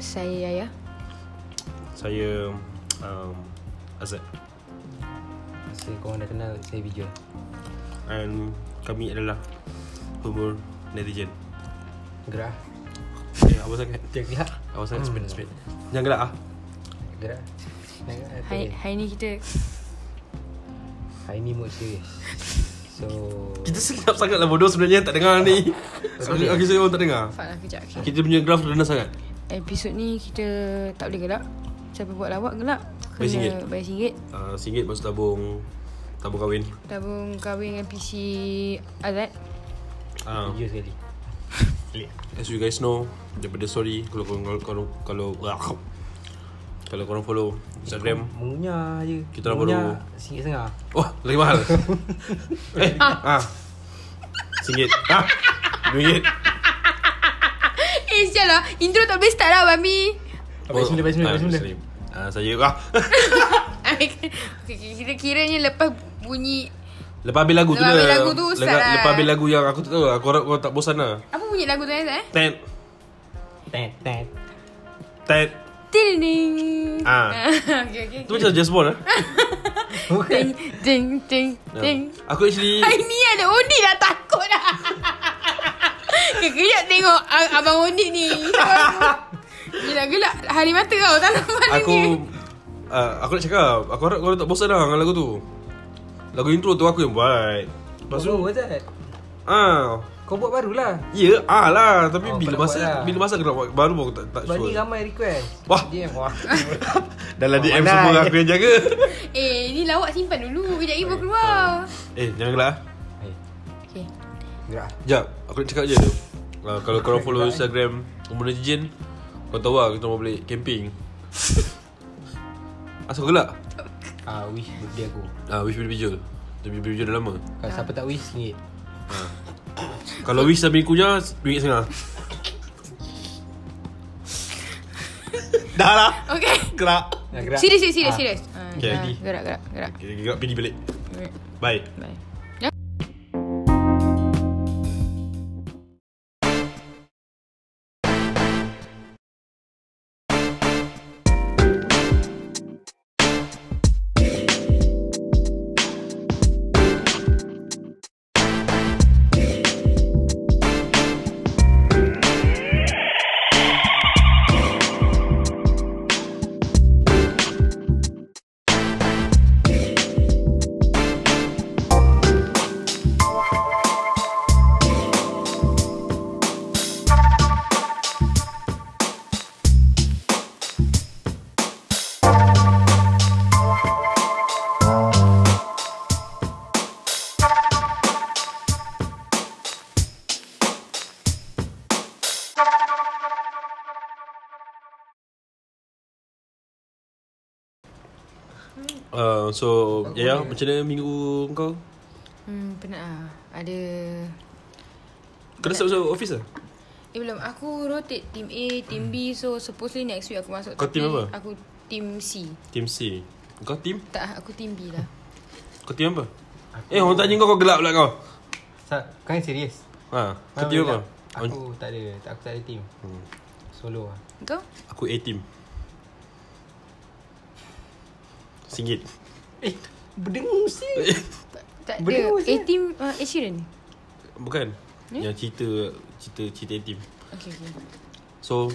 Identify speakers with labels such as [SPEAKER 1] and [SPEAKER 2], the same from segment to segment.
[SPEAKER 1] Saya ya, Yaya.
[SPEAKER 2] Saya um, Azad
[SPEAKER 3] Saya korang dah kenal Saya Bijul
[SPEAKER 2] And kami adalah Humor Negligent
[SPEAKER 3] Gerah
[SPEAKER 2] Eh, awal sangat
[SPEAKER 3] Jangan gelak
[SPEAKER 2] Awal sangat hmm. spin, spin Jangan gelak ah
[SPEAKER 3] Gerah Jangan gelak apa
[SPEAKER 1] Hari,
[SPEAKER 3] ni?
[SPEAKER 1] hari ni kita
[SPEAKER 3] Hari ni mood serious So
[SPEAKER 2] Kita sedap sangat lah bodoh sebenarnya Tak dengar ni
[SPEAKER 3] Sorry.
[SPEAKER 2] Okay, saya orang tak dengar
[SPEAKER 1] Fak lah kejap okay.
[SPEAKER 2] Kita punya graf rendah sangat
[SPEAKER 1] Episod ni kita tak boleh gelak Siapa buat lawak gelak Kena
[SPEAKER 2] Bayar singgit.
[SPEAKER 1] bayar singgit
[SPEAKER 2] uh, Singgit masuk tabung Tabung kahwin
[SPEAKER 1] Tabung kahwin dengan PC Azad
[SPEAKER 2] uh,
[SPEAKER 3] Video sekali
[SPEAKER 2] As you guys know Daripada story Kalau kalau kalau kalau, kalau, kalau korang follow Instagram
[SPEAKER 3] Mengunyah je
[SPEAKER 2] Kita dah
[SPEAKER 3] Mengunyah
[SPEAKER 2] baru-
[SPEAKER 3] Sikit setengah
[SPEAKER 2] Wah, lagi mahal. eh, ah. Singgit. Ah. Ringgit.
[SPEAKER 1] Eh sial lah Intro tak boleh start lah Bami
[SPEAKER 3] Baik semula, baik semula, baik semula.
[SPEAKER 2] Oh, Ah, saya ah.
[SPEAKER 1] Kita kiranya lepas bunyi
[SPEAKER 2] Lepas habis lagu tu
[SPEAKER 1] Lepas
[SPEAKER 2] lah.
[SPEAKER 1] habis lagu tu,
[SPEAKER 2] Lepas-
[SPEAKER 1] start lah.
[SPEAKER 2] Lepas habis lagu yang aku tak tahu, aku harap kau tak bosan lah.
[SPEAKER 1] Apa bunyi lagu tu Azad eh?
[SPEAKER 2] Ten.
[SPEAKER 3] Ten, ten
[SPEAKER 2] Ten.
[SPEAKER 1] Ding ding
[SPEAKER 2] Ah.
[SPEAKER 1] Okay okay
[SPEAKER 2] Tu macam Just Bond lah.
[SPEAKER 1] Ding ding ding
[SPEAKER 2] Ya.
[SPEAKER 1] ding
[SPEAKER 2] Aku actually
[SPEAKER 1] Hari ni ada Ondit dah takut dah Kejap tengok a- Abang Ondit ni Gelak-gelak Hari mata kau Tak nampak
[SPEAKER 2] aku
[SPEAKER 1] dia
[SPEAKER 2] uh, aku nak cakap, aku harap kau tak bosan lah dengan lagu tu. Lagu intro tu aku yang buat. Lepas tu,
[SPEAKER 3] Kau buat Zat
[SPEAKER 2] ah,
[SPEAKER 3] Oh, Kau buat barulah
[SPEAKER 2] Ya, ah lah Tapi
[SPEAKER 3] Oh,
[SPEAKER 2] bila
[SPEAKER 3] kau nak buat
[SPEAKER 2] masa
[SPEAKER 3] lah.
[SPEAKER 2] Bila masa aku nak buat Baru aku tak, tak
[SPEAKER 3] Sebab
[SPEAKER 2] sure
[SPEAKER 3] ni ramai request
[SPEAKER 2] Wah.
[SPEAKER 3] DM Wah
[SPEAKER 2] Dalam
[SPEAKER 3] Oh,
[SPEAKER 2] DM
[SPEAKER 3] pandai.
[SPEAKER 2] semua aku yang jaga
[SPEAKER 1] Eh ni lawak simpan dulu Kejap lagi baru keluar
[SPEAKER 2] Eh, jangan gelak ah.
[SPEAKER 3] Eh,
[SPEAKER 1] Okay
[SPEAKER 3] Gerah
[SPEAKER 2] Sekejap, aku nak cakap je uh, Kalau korang follow Instagram Umur Jin Kau tahu lah kita mau balik camping Asal kau gelak?
[SPEAKER 3] Ah, wish birthday aku
[SPEAKER 2] Ah, wish bila bijul Dia bila bijul dah lama
[SPEAKER 1] Ah.
[SPEAKER 3] Kalau siapa tak wish sikit
[SPEAKER 2] Kalau wish sambil kunya Duit setengah Dah lah
[SPEAKER 1] Okay
[SPEAKER 2] Gerak
[SPEAKER 3] Nak gerak
[SPEAKER 1] Serius serius serius
[SPEAKER 3] Ah.
[SPEAKER 1] serius
[SPEAKER 2] Okay,
[SPEAKER 1] Ah,
[SPEAKER 2] lagi.
[SPEAKER 1] Gerak gerak gerak
[SPEAKER 2] Kita gerak pergi balik Bye
[SPEAKER 1] Bye
[SPEAKER 2] uh, So, ya, macam mana minggu kau?
[SPEAKER 1] Hmm penat lah Ada
[SPEAKER 2] Kau dah start masuk office lah?
[SPEAKER 1] Eh belum Aku rotate team A Team B So supposedly next week aku masuk
[SPEAKER 2] Kau team
[SPEAKER 1] Tapi
[SPEAKER 2] apa?
[SPEAKER 1] Aku team C
[SPEAKER 2] Team C Kau team?
[SPEAKER 1] Tak aku team B lah
[SPEAKER 2] Kau team apa? Eh orang tanya kau kau gelap pula kau
[SPEAKER 3] Sa- Kau yang serius
[SPEAKER 2] Ha, kau team apa? Aku,
[SPEAKER 3] Ah, Aku tak ada tak- Aku tak ada team
[SPEAKER 2] Hmm.
[SPEAKER 3] Solo lah
[SPEAKER 1] Kau?
[SPEAKER 2] aku A team Singgit
[SPEAKER 3] Eh Berdengung sih
[SPEAKER 1] Tak ada
[SPEAKER 3] Berdua
[SPEAKER 1] A team uh, Ed Sheeran
[SPEAKER 2] Bukan
[SPEAKER 1] Eh?
[SPEAKER 2] Yang cerita Cerita cerita A team
[SPEAKER 1] Okay okay
[SPEAKER 2] So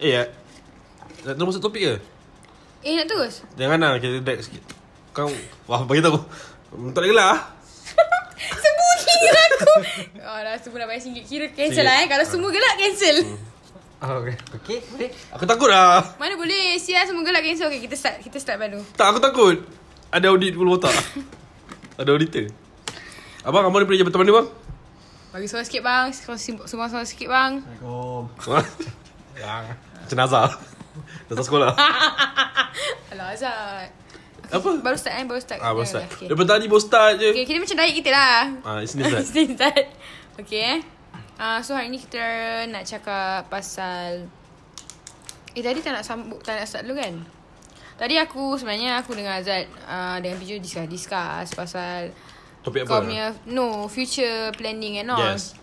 [SPEAKER 2] Eh ya Nak terus masuk topik ke?
[SPEAKER 1] Eh nak terus?
[SPEAKER 2] Jangan lah kita drag sikit Kau Wah bagi tahu Hmm, Tak ada gelap ah.
[SPEAKER 1] Sebunyi aku Oh dah semua dah bayar singgit Kira cancel
[SPEAKER 2] Singgit. Ah. Hmm.
[SPEAKER 1] lah eh Kalau semua gelak cancel
[SPEAKER 3] Oh, okay. okay, boleh.
[SPEAKER 2] Aku takut lah
[SPEAKER 1] Mana boleh Sia semua gelak cancel Okay kita start Kita start baru
[SPEAKER 2] Tak aku takut Ada audit bulu botak Ada auditor Abang, abang daripada jabatan mana bang?
[SPEAKER 1] Bagi suara sikit bang Kalau sim- Sumbang suara sikit bang
[SPEAKER 2] Yang Jenazah Jenazah sekolah
[SPEAKER 1] Alah Azad
[SPEAKER 2] Apa?
[SPEAKER 1] Baru start eh Baru start
[SPEAKER 2] Ah,
[SPEAKER 1] Jangan
[SPEAKER 2] bos start
[SPEAKER 1] lah, okay.
[SPEAKER 2] Daripada tadi bos start je
[SPEAKER 1] okay kita macam diet kita lah
[SPEAKER 2] Ah, it's ni start
[SPEAKER 1] Sini start Okay eh uh, So hari ni kita nak cakap pasal Eh tadi tak nak sambung Tak nak start dulu kan Tadi aku sebenarnya aku dengan Azad uh, Dengan Piju discuss, discuss pasal
[SPEAKER 2] Topik
[SPEAKER 1] Kau
[SPEAKER 2] apa?
[SPEAKER 1] punya No future planning and all
[SPEAKER 2] Yes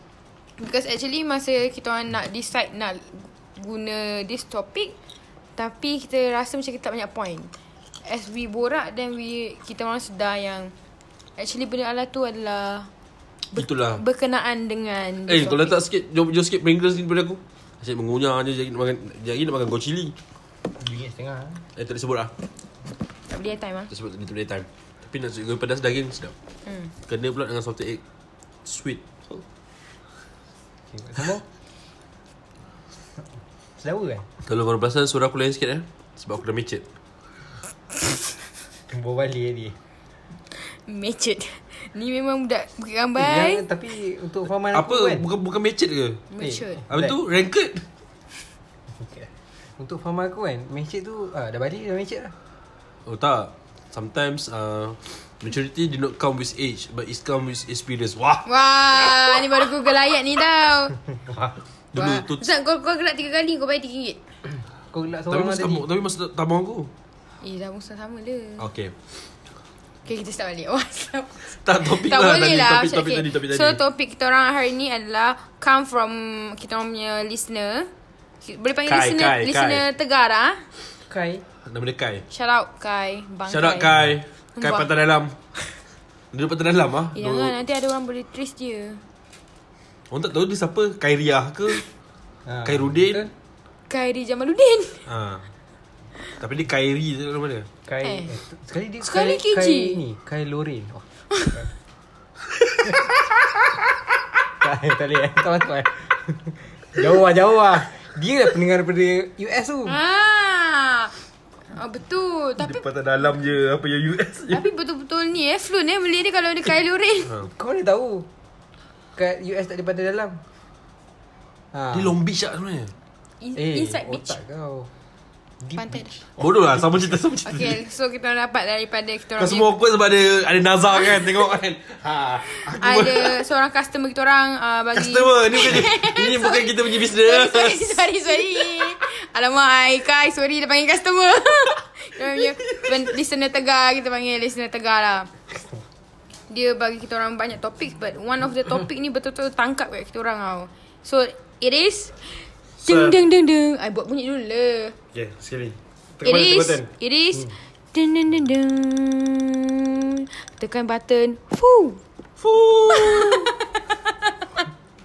[SPEAKER 1] Because actually masa kita orang nak decide nak guna this topic tapi kita rasa macam kita tak banyak point. As we borak then we kita orang sedar yang actually benda Allah tu adalah
[SPEAKER 2] Itulah.
[SPEAKER 1] berkenaan dengan
[SPEAKER 2] Ha. Eh
[SPEAKER 1] this
[SPEAKER 2] kalau
[SPEAKER 1] topic.
[SPEAKER 2] tak sikit Jom, jom sikit Pringles ni daripada aku Asyik mengunyah je Jadi nak makan Jadi nak makan go chili
[SPEAKER 3] Bingit setengah
[SPEAKER 2] Eh tak boleh sebut lah
[SPEAKER 1] tak boleh time ah.
[SPEAKER 2] Tak sebut Itu dia time Tapi nak suka pedas daging sedap
[SPEAKER 1] Hmm.
[SPEAKER 2] Kena pula dengan salted egg Sweet
[SPEAKER 3] okay, buat Sambung Selawa kan
[SPEAKER 2] Kalau korang perasan Suara aku lain sikit eh Sebab aku dah mecet
[SPEAKER 3] Kembali balik tadi
[SPEAKER 1] Mecet. Ni memang budak bukit
[SPEAKER 3] Yang,
[SPEAKER 2] Eh,
[SPEAKER 1] gambar.
[SPEAKER 3] Tapi untuk fahaman
[SPEAKER 2] Apa
[SPEAKER 3] aku kan
[SPEAKER 2] bukan, bukan mecet ke
[SPEAKER 1] Mecet.
[SPEAKER 3] Eh,
[SPEAKER 2] Habis tu rancid
[SPEAKER 3] Okay. Untuk fahaman aku kan Mencit tu ah, Dah balik dah mencit lah
[SPEAKER 2] Oh tak Sometimes uh, Maturity did not come with age But it's come with experience Wah
[SPEAKER 1] Wah, ni baru Google ayat ni tau.
[SPEAKER 2] Dulu
[SPEAKER 1] Wah.
[SPEAKER 2] tu
[SPEAKER 1] Ustaz, kau, kau gerak tiga kali, kau bayar tiga ringgit.
[SPEAKER 3] Kau gelak
[SPEAKER 2] Tapi
[SPEAKER 3] seorang lah
[SPEAKER 2] masa
[SPEAKER 3] tadi
[SPEAKER 2] tabung Tapi masa tabung aku
[SPEAKER 1] Eh, dah Ustaz sama dia.
[SPEAKER 2] Okay
[SPEAKER 1] Okay, kita start balik. Wah, stop.
[SPEAKER 2] Tak topik
[SPEAKER 1] tak
[SPEAKER 2] lah
[SPEAKER 1] boleh
[SPEAKER 2] tadi,
[SPEAKER 1] lah.
[SPEAKER 2] Topik,
[SPEAKER 1] Ustaz.
[SPEAKER 2] topik
[SPEAKER 1] Okay.
[SPEAKER 2] tadi topik
[SPEAKER 1] so,
[SPEAKER 2] tadi
[SPEAKER 1] topik kita orang hari ni adalah come from kita orang punya listener. Boleh panggil
[SPEAKER 2] Kai,
[SPEAKER 1] listener,
[SPEAKER 2] Kai, Kai.
[SPEAKER 1] listener Tegar ah.
[SPEAKER 3] Kai
[SPEAKER 2] Nama dia Kai
[SPEAKER 1] Shout out Kai. Bang
[SPEAKER 2] Shout out Kai Kai
[SPEAKER 1] Wah.
[SPEAKER 2] patah dalam Dia patah dalam ah.
[SPEAKER 1] Eh, jangan. Nanti ada orang boleh trace dia.
[SPEAKER 2] Orang tak tahu dia siapa Kai Riah ke
[SPEAKER 3] Ah,
[SPEAKER 2] Kai Rudin
[SPEAKER 3] betul.
[SPEAKER 1] Kai Ri Jamaluddin.
[SPEAKER 2] ha. Tapi dia Kairi tu nama dia
[SPEAKER 3] Kai
[SPEAKER 1] Eh.
[SPEAKER 3] eh. Sekali dia
[SPEAKER 1] Sekali
[SPEAKER 3] Kai,
[SPEAKER 1] KG.
[SPEAKER 3] Kai ni Kai Lorin oh. tak, tak boleh eh. Tak masuk eh Jauh lah jauh lah Dia dah pendengar daripada US tu
[SPEAKER 2] Oh.
[SPEAKER 1] Ah. Oh, betul. Tapi
[SPEAKER 2] Dia patah dalam je Apa yang US je
[SPEAKER 1] tapi betul-betul ni eh flu ni Malay dia kalau dia Kai Lorin.
[SPEAKER 3] Kau mana tahu Kat US tak ada pada dalam ha.
[SPEAKER 2] Dia Long Beach lah sebenarnya
[SPEAKER 1] In,
[SPEAKER 3] Eh
[SPEAKER 1] inside beach.
[SPEAKER 3] otak kau
[SPEAKER 1] Pantai dah.
[SPEAKER 2] Bodoh lah Sama cerita Sama cerita
[SPEAKER 1] Okay, so kita orang dapat daripada kita orang
[SPEAKER 2] Kau semua awkward sebab ada Ada Nazar kan Tengok kan ha.
[SPEAKER 1] ada seorang customer kita orang uh, bagi
[SPEAKER 2] Customer Ni bukan Ini bukan kita punya
[SPEAKER 1] Sorry,
[SPEAKER 2] business
[SPEAKER 1] sorry, sorry, sorry. Alamak, I Kai, sorry dia panggil customer. dia punya pen- listener tegar, kita panggil listener tegar lah. Dia bagi kita orang banyak topik but one of the topic ni betul-betul tangkap kat kita orang tau. So, it is... Deng, deng, deng, deng. I buat bunyi dulu lah.
[SPEAKER 2] Okay sekali
[SPEAKER 1] It is, it is... Deng, deng, deng, deng. Tekan button. Fuh.
[SPEAKER 2] Fuh